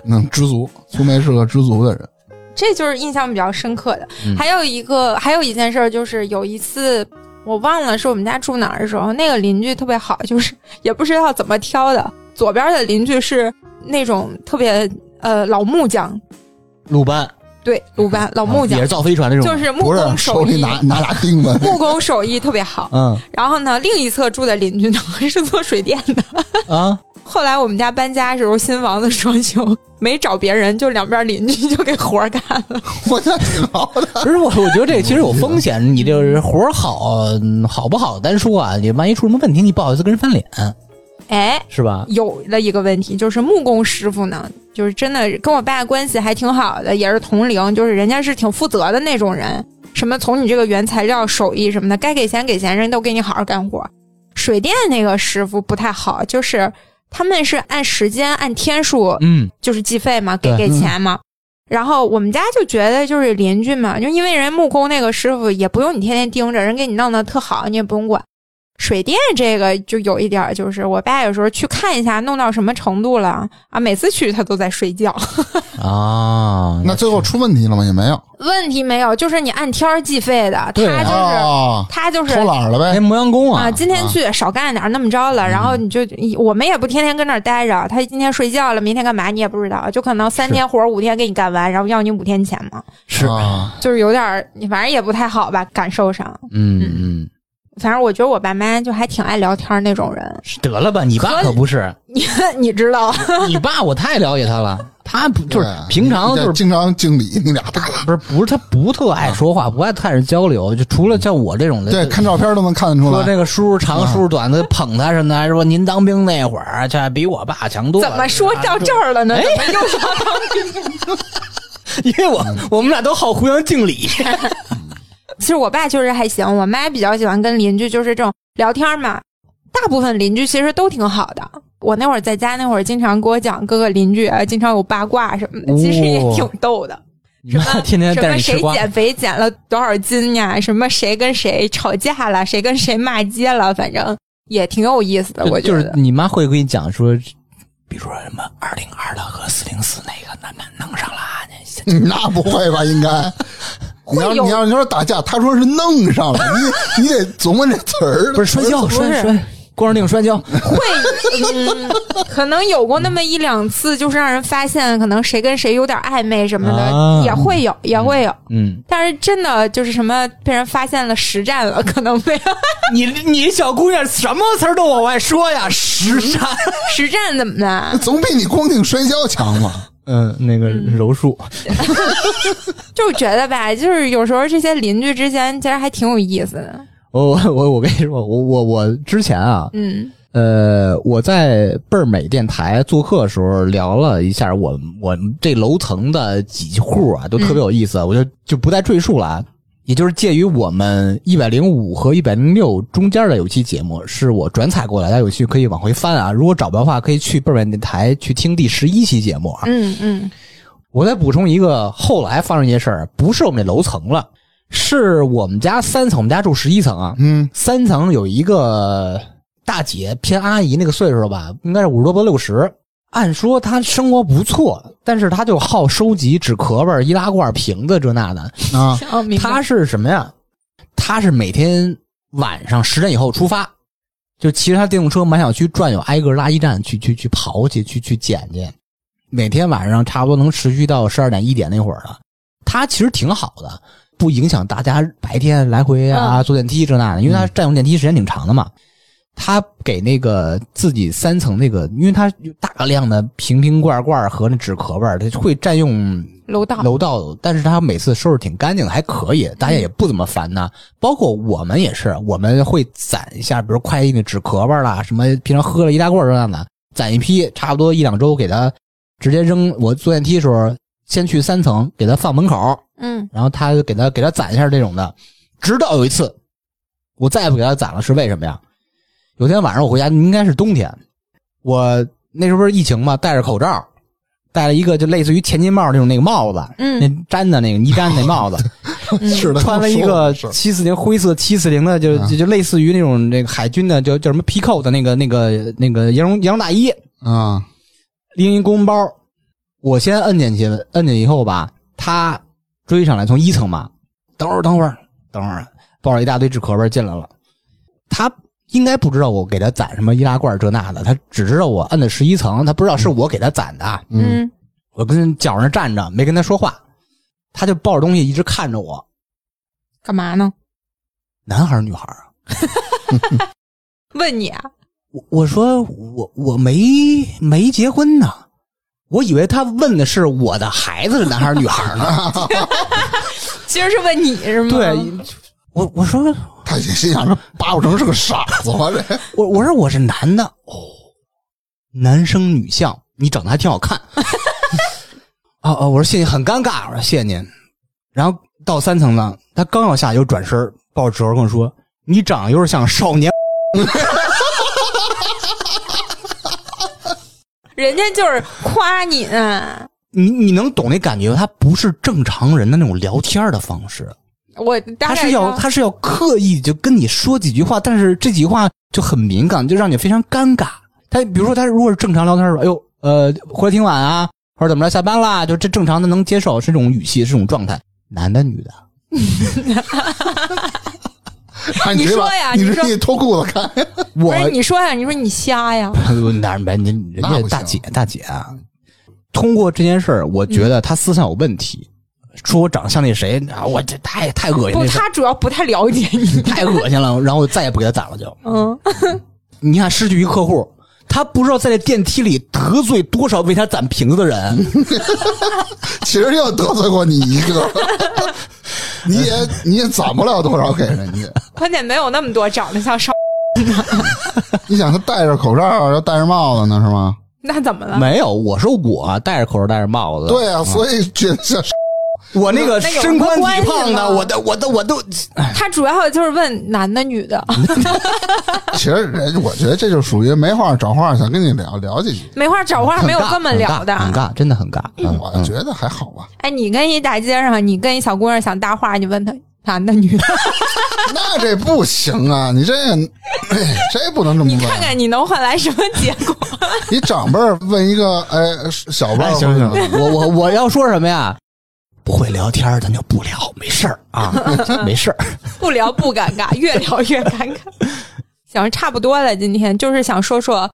Speaker 1: 嗯，知足，苏梅是个知足的人。
Speaker 2: 这就是印象比较深刻的。还有一个，还有一件事儿，就是有一次我忘了是我们家住哪儿的时候，那个邻居特别好，就是也不知道怎么挑的。左边的邻居是那种特别呃老木匠，
Speaker 3: 鲁班
Speaker 2: 对鲁班老木匠
Speaker 3: 哦也是，造飞船那种，
Speaker 2: 就是木
Speaker 1: 不是
Speaker 2: 工
Speaker 1: 手
Speaker 2: 手
Speaker 1: 里
Speaker 2: 艺，
Speaker 1: 拿拿俩钉子，
Speaker 2: 木工手艺特别好。
Speaker 3: 嗯
Speaker 2: [laughs] 然后呢，另一侧住的邻居呢 [laughs] 是做水电的。
Speaker 3: 啊，
Speaker 2: 后来我们家搬家的时候，新房子装修，没找别人，就两边邻居就给活儿干了。
Speaker 1: 我 [laughs] 觉得挺
Speaker 4: [laughs]
Speaker 1: 好的。
Speaker 3: 不是我，我觉得这个其实有风险。你这个活儿好嗯好不好单说啊，你万一出什么问题，你不好意思跟人翻脸，
Speaker 2: 哎，
Speaker 3: 是吧？
Speaker 2: 有了一个问题，就是木工师傅呢，就是真的跟我爸关系还挺好的，也是同龄，就是人家是挺负责的那种人。什么从你这个原材料、手艺什么的，该给钱给钱，人都给你好好干活。水电那个师傅不太好，就是他们是按时间、按天数，
Speaker 3: 嗯，
Speaker 2: 就是计费嘛，给
Speaker 3: 对嗯
Speaker 2: 给钱嘛。然后我们家就觉得就是邻居嘛，就因为人木工那个师傅也不用你天天盯着，人给你弄得特好，你也不用管。水电这个就有一点儿，就是我爸有时候去看一下，弄到什么程度了啊？每次去他都在睡觉。 [laughs]
Speaker 3: 啊，
Speaker 1: 那最后出问题了吗？也没有。
Speaker 2: 问题没有，就是你按天儿计费的，他就
Speaker 3: 对
Speaker 2: 是、
Speaker 1: 啊，
Speaker 2: 他就是
Speaker 1: 偷懒了呗
Speaker 3: 那。磨洋工
Speaker 2: 啊，
Speaker 3: 啊，嗯
Speaker 2: 今天去少干点儿，那么着了，然后你就我们也不天天跟那儿待着，他今天睡觉了，明天干嘛你也不知道，就可能三
Speaker 3: 是
Speaker 2: 天活儿五天给你干完，然后要你五天钱嘛。
Speaker 3: 是，
Speaker 1: 啊，
Speaker 2: 就是有点儿，你反正也不太好吧，感受上。
Speaker 3: 嗯嗯，
Speaker 2: 反正我觉得我爸妈就还挺爱聊天那种人，
Speaker 4: 得了吧，你爸可不是，
Speaker 2: 你 [laughs] 你知道，
Speaker 4: 你爸我太了解他了，他不就是
Speaker 1: 对
Speaker 4: 平常就
Speaker 1: 你得
Speaker 4: 是
Speaker 1: 经常敬礼，你俩大
Speaker 3: [laughs]
Speaker 1: 了，
Speaker 4: 不是不是他不特爱说话，不爱太人交流，就除了像我这种的，
Speaker 1: 对，看照片都能看得出
Speaker 4: 说
Speaker 1: 来。
Speaker 4: 这个叔叔长叔叔短的捧他什么的，还说您当兵那会儿，啊这比我爸强多了。
Speaker 2: 怎么说到这儿了呢？
Speaker 4: 哎
Speaker 2: 怎么又说 [laughs]
Speaker 4: 因为我我们俩都好互相敬礼，
Speaker 2: 其实我爸确实还行，我妈比较喜欢跟邻居就是这种聊天嘛。大部分邻居其实都挺好的。我那会儿在家那会儿，经常给我讲各个邻居啊，经常有八卦什么的，其实也
Speaker 4: 哦
Speaker 2: 挺
Speaker 4: [laughs]
Speaker 2: 逗的。啊
Speaker 4: 你妈天天
Speaker 2: 什
Speaker 4: 带
Speaker 2: 么
Speaker 4: 你吃
Speaker 2: 谁
Speaker 4: 瓜，
Speaker 2: 减肥减了多少斤呀？什么谁跟谁吵架了？谁跟谁骂街了？反正也挺有意思的，我
Speaker 4: 呃就
Speaker 2: 觉
Speaker 4: 就
Speaker 2: 得。
Speaker 4: 是你妈会跟你讲说，比如说什么二零二的和四零四那个难难弄上了啊，你
Speaker 1: 嗯那不会吧？应该。你要
Speaker 2: 会有
Speaker 1: 你要你说打架，他说是弄上了，你你得琢磨这词儿。
Speaker 4: 不是摔跤
Speaker 2: 不是
Speaker 4: 摔摔光着腚摔 [laughs] 跤，
Speaker 2: 会，嗯，可能有过那么一两次，就是让人发现可能谁跟谁有点暧昧什么的，
Speaker 4: 啊
Speaker 2: 也会有，也会有。
Speaker 4: 嗯，
Speaker 2: 但是真的就是什么被人发现了实战了，可能没有 [laughs]
Speaker 4: 你你小姑娘什么词儿都往外说呀，实战，
Speaker 2: 实战怎么
Speaker 1: 那
Speaker 2: 的？
Speaker 1: 总比你光腚摔跤强嘛。
Speaker 4: 嗯，那个柔术，
Speaker 2: 就觉得吧，就是有时候这些邻居之间其实还挺有意思的。
Speaker 3: 我我我我跟你说，我我我之前啊，
Speaker 2: 嗯
Speaker 3: 呃，我在倍儿美电台做客的时候聊了一下我我这楼层的几户啊，都特别有意思，我就就不再赘述了啊。也就是介于我们一百零五和一百零六中间的有一期节目，是我转采过来，大家有趣可以往回翻啊。如果找不到的话，可以去倍儿美电台去听第十一期节目啊。
Speaker 2: 嗯嗯，
Speaker 3: 我再补充一个，后来发生一件事儿，不是我们这楼层了，是我们家三层，我们家住十一层啊，
Speaker 1: 嗯，
Speaker 3: 三层有一个大姐，偏阿姨那个岁数吧，应该是五十多不六十。按说她生活不错，但是她就好收集纸壳儿、易拉罐、瓶子这那的。
Speaker 1: 啊，
Speaker 2: 哦，明白
Speaker 3: 她是什么呀？她是每天晚上十点以后出发，就骑着她电动车满小区转悠，挨个垃圾站去去去刨去去去捡去。每天晚上差不多能持续到十二点一点那会儿了。她其实挺好的，不影响大家白天来回啊、
Speaker 2: 嗯
Speaker 3: 坐电梯这那的，因为她占用电梯时间挺长的嘛。她给那个自己三层那个，因为她有大量的瓶瓶罐罐和那纸壳儿，她会占用
Speaker 2: 楼道。
Speaker 3: 楼道，但是他每次收拾挺干净的，还可以，大家也不怎么烦他。包括我们也是，我们会攒一下，比如快递那纸壳儿啦，什么平常喝了一大罐儿这样的，攒一批，差不多一两周给他直接扔。我坐电梯的时候，先去三层给他放门口，
Speaker 2: 嗯
Speaker 3: 然后他就给他给他攒一下这种的。直到有一次，我再也不给他攒了，是为什么呀？有天晚上我回家，应该是冬天，我那时候不是疫情嘛，戴着口罩，戴了一个就类似于钱金帽那种那个帽子，
Speaker 2: 嗯
Speaker 3: 那粘的那个泥粘那帽子，
Speaker 2: 嗯，
Speaker 1: 是的，
Speaker 3: 穿了一
Speaker 1: 跟
Speaker 3: 个
Speaker 1: 我说的是
Speaker 3: 七四零灰色七四零的，就
Speaker 1: 啊
Speaker 3: 就就类似于那种那个海军的，叫叫什么 P 扣的那个那个那个羊绒羊绒大衣，
Speaker 1: 啊，
Speaker 3: 拎一公文包，我先摁进去，摁进去以后吧，他追上来，从一层嘛，等会儿，等会儿，等会儿，抱着一大堆纸壳儿进来了。他应该不知道我给他攒什么易拉罐这那的，他只知道我摁的十一层，他不知道是我给他攒的啊。
Speaker 1: 嗯，
Speaker 2: 嗯
Speaker 3: 我跟脚上站着，没跟他说话，他就抱着东西一直看着我，
Speaker 2: 干嘛呢？
Speaker 3: 男孩儿女孩儿啊？
Speaker 2: 问你啊，
Speaker 3: 我我说我我没没结婚呢，我以为他问的是我的孩子是男孩儿女孩儿呢。 [laughs]
Speaker 2: 其实是问你是吗？
Speaker 3: 对，我我说
Speaker 1: 他也心想这八不成是个傻子吧？这
Speaker 3: 我我说我是男的哦，男生女相，你长得还挺好看。 [laughs] 哦哦，我说谢谢，很尴尬，我说谢谢您。然后到三层呢，他刚要下，又转身抱着纸盒跟我说：“你长得有点像少年。
Speaker 2: 人家就是夸你啊呢。
Speaker 3: 你”你能懂那感觉吗？他不是正常人的那种聊天的方式，
Speaker 2: 我
Speaker 3: 他
Speaker 2: 大概
Speaker 3: 是要
Speaker 2: 知道
Speaker 3: 他是要刻意就跟你说几句话，但是这几句话就很敏感，就让你非常尴尬。他比如说他如果是正常聊天说，哎呦，呃，回来挺晚啊，或者怎么着，下班啦，就这正常的能接受是这种语气，是这种状态。男的女的，
Speaker 1: 哎
Speaker 2: [laughs] 你
Speaker 1: 直接
Speaker 2: 说
Speaker 1: 把
Speaker 2: 呀
Speaker 1: 你
Speaker 2: 你
Speaker 1: 直接
Speaker 2: 说
Speaker 1: 脱裤子看，
Speaker 3: 我
Speaker 2: 不是哎你说呀？你说你瞎呀？
Speaker 3: 哪没您人
Speaker 1: 那
Speaker 3: 家
Speaker 1: 不行
Speaker 2: 嗯
Speaker 3: 大姐大姐啊，通过这件事儿，我觉得她思想有问题。说我长像那谁，啊我这太太恶心
Speaker 2: 不，
Speaker 3: 了，
Speaker 2: 他主要不太了解
Speaker 3: [laughs]
Speaker 2: 你。
Speaker 3: 太恶心了，然后我再也不给他攒了就。
Speaker 2: 嗯，
Speaker 3: 你看，失去一客户，他不知道在这电梯里得罪多少为他攒瓶子的人。
Speaker 1: 其实就得罪过你一个，你也你也攒不了多少给人家。
Speaker 2: 关键没有那么多长得像少，
Speaker 1: 你想他戴着口罩，要戴着帽子呢，是吗？
Speaker 2: 那怎么了？
Speaker 3: 没有，我说我戴着口罩，戴着帽子。
Speaker 1: 对啊，所以觉得像
Speaker 3: 我那个
Speaker 2: 那有
Speaker 3: 身宽
Speaker 2: 什么关
Speaker 3: 体
Speaker 2: 系
Speaker 3: 胖
Speaker 2: 吗
Speaker 3: 的，我的我的我都
Speaker 2: 他主要就是问男的女的，
Speaker 3: 嗯
Speaker 1: 其实人，我觉得这就属于没话找话，想跟你聊聊几句。
Speaker 2: 没话找话，
Speaker 3: 很
Speaker 2: 没有
Speaker 3: 尬
Speaker 2: 这么
Speaker 3: 很
Speaker 2: 聊
Speaker 3: 尬
Speaker 2: 的。
Speaker 3: 很尬，真的很尬。嗯
Speaker 1: 我
Speaker 3: 嗯
Speaker 1: 觉得还好吧，
Speaker 2: 哎，你跟一大街上，你跟一小姑娘想搭话，你问她男的
Speaker 3: [laughs]
Speaker 2: 女的，
Speaker 1: 那这不行啊！你这，哎，这不能这么
Speaker 2: 你看
Speaker 1: 问。
Speaker 2: 看你能换来什么结果？
Speaker 1: 你长辈儿问一个，哎，小辈儿
Speaker 3: 哎，
Speaker 1: 或
Speaker 3: 行
Speaker 1: 者，
Speaker 3: 行，我我我要说什么呀？不会聊天儿，咱就不聊，没事儿
Speaker 2: [laughs]
Speaker 3: 啊，没事儿。
Speaker 2: 不聊不尴
Speaker 3: [laughs]
Speaker 2: 尬，越聊越尴尬。行，差不多了，今天就是想说说，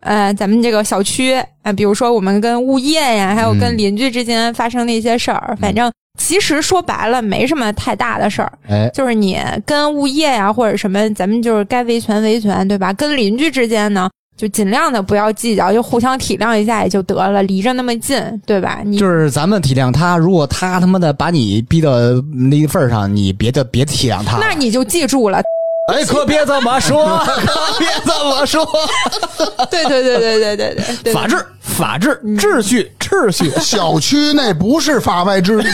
Speaker 2: 呃，咱们这个小区啊、呃比如说我们跟物业呀，还有跟
Speaker 3: 嗯
Speaker 2: 邻居之间发生的一些事儿，反正其实说白了没什么太大的事儿，
Speaker 3: 哎，
Speaker 2: 就是你跟物业呀或者什么，咱们就是该维权维权，对吧？跟邻居之间呢，就尽量的不要计较，就互相体谅一下也就得了，离着那么近，对吧？你
Speaker 3: 就是咱们体谅他，如果他他妈的把你逼到那份儿上，你别的别体谅他。
Speaker 2: 那你就记住了，
Speaker 3: [laughs] 哎，可别这么说，
Speaker 2: [laughs]
Speaker 3: 可别这么说，
Speaker 2: 对对对对对对对对嗯对，
Speaker 3: 法治，法治，秩序，秩
Speaker 2: [laughs]
Speaker 3: 序。
Speaker 1: 小区内不是法外之地。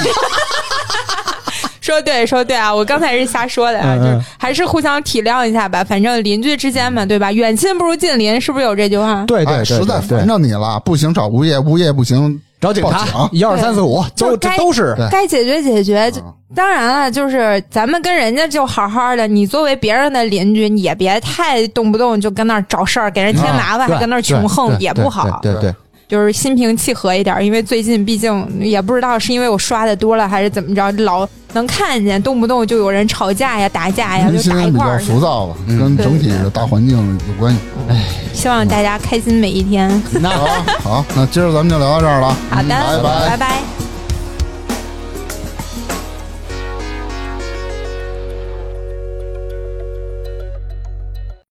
Speaker 2: 说对，说对啊！我刚才是瞎说的啊，
Speaker 3: 嗯嗯
Speaker 2: 就是还是互相体谅一下吧。反正邻居之间嘛，对吧？远亲不如近邻，是不是有这句话？
Speaker 3: 对
Speaker 1: 哎，实在烦着你了，不行找物业，物业不行
Speaker 3: 找警
Speaker 1: 报
Speaker 3: 察，一二三四五，
Speaker 2: 就
Speaker 3: 都
Speaker 2: 该
Speaker 3: 这都是
Speaker 1: 对
Speaker 2: 该解决解决。就
Speaker 1: 嗯
Speaker 2: 当然了，就是咱们跟人家就好好的，你作为别人的邻居，你也别太动不动就跟那儿找事儿，给人添麻烦，还跟那儿穷横也不好。
Speaker 3: 啊嗯对对，
Speaker 2: 就是心平气和一点，因为最近毕竟也不知道是因为我刷的多了还是怎么着，老能看见动不动就有人吵架呀、打架哎呀，
Speaker 1: 人
Speaker 2: 就
Speaker 1: 心
Speaker 2: 打一
Speaker 1: 比
Speaker 2: 块
Speaker 1: 较
Speaker 2: 儿去。
Speaker 1: 浮躁吧，
Speaker 3: 嗯
Speaker 1: 跟
Speaker 2: 对
Speaker 1: 整体的大环境有
Speaker 2: [laughs]
Speaker 1: 关系。
Speaker 2: 希望大家开心每一天。
Speaker 3: 那
Speaker 1: 好，好，那今儿咱们就聊到这儿了。嗯
Speaker 2: 好的，
Speaker 1: 拜拜
Speaker 2: 拜拜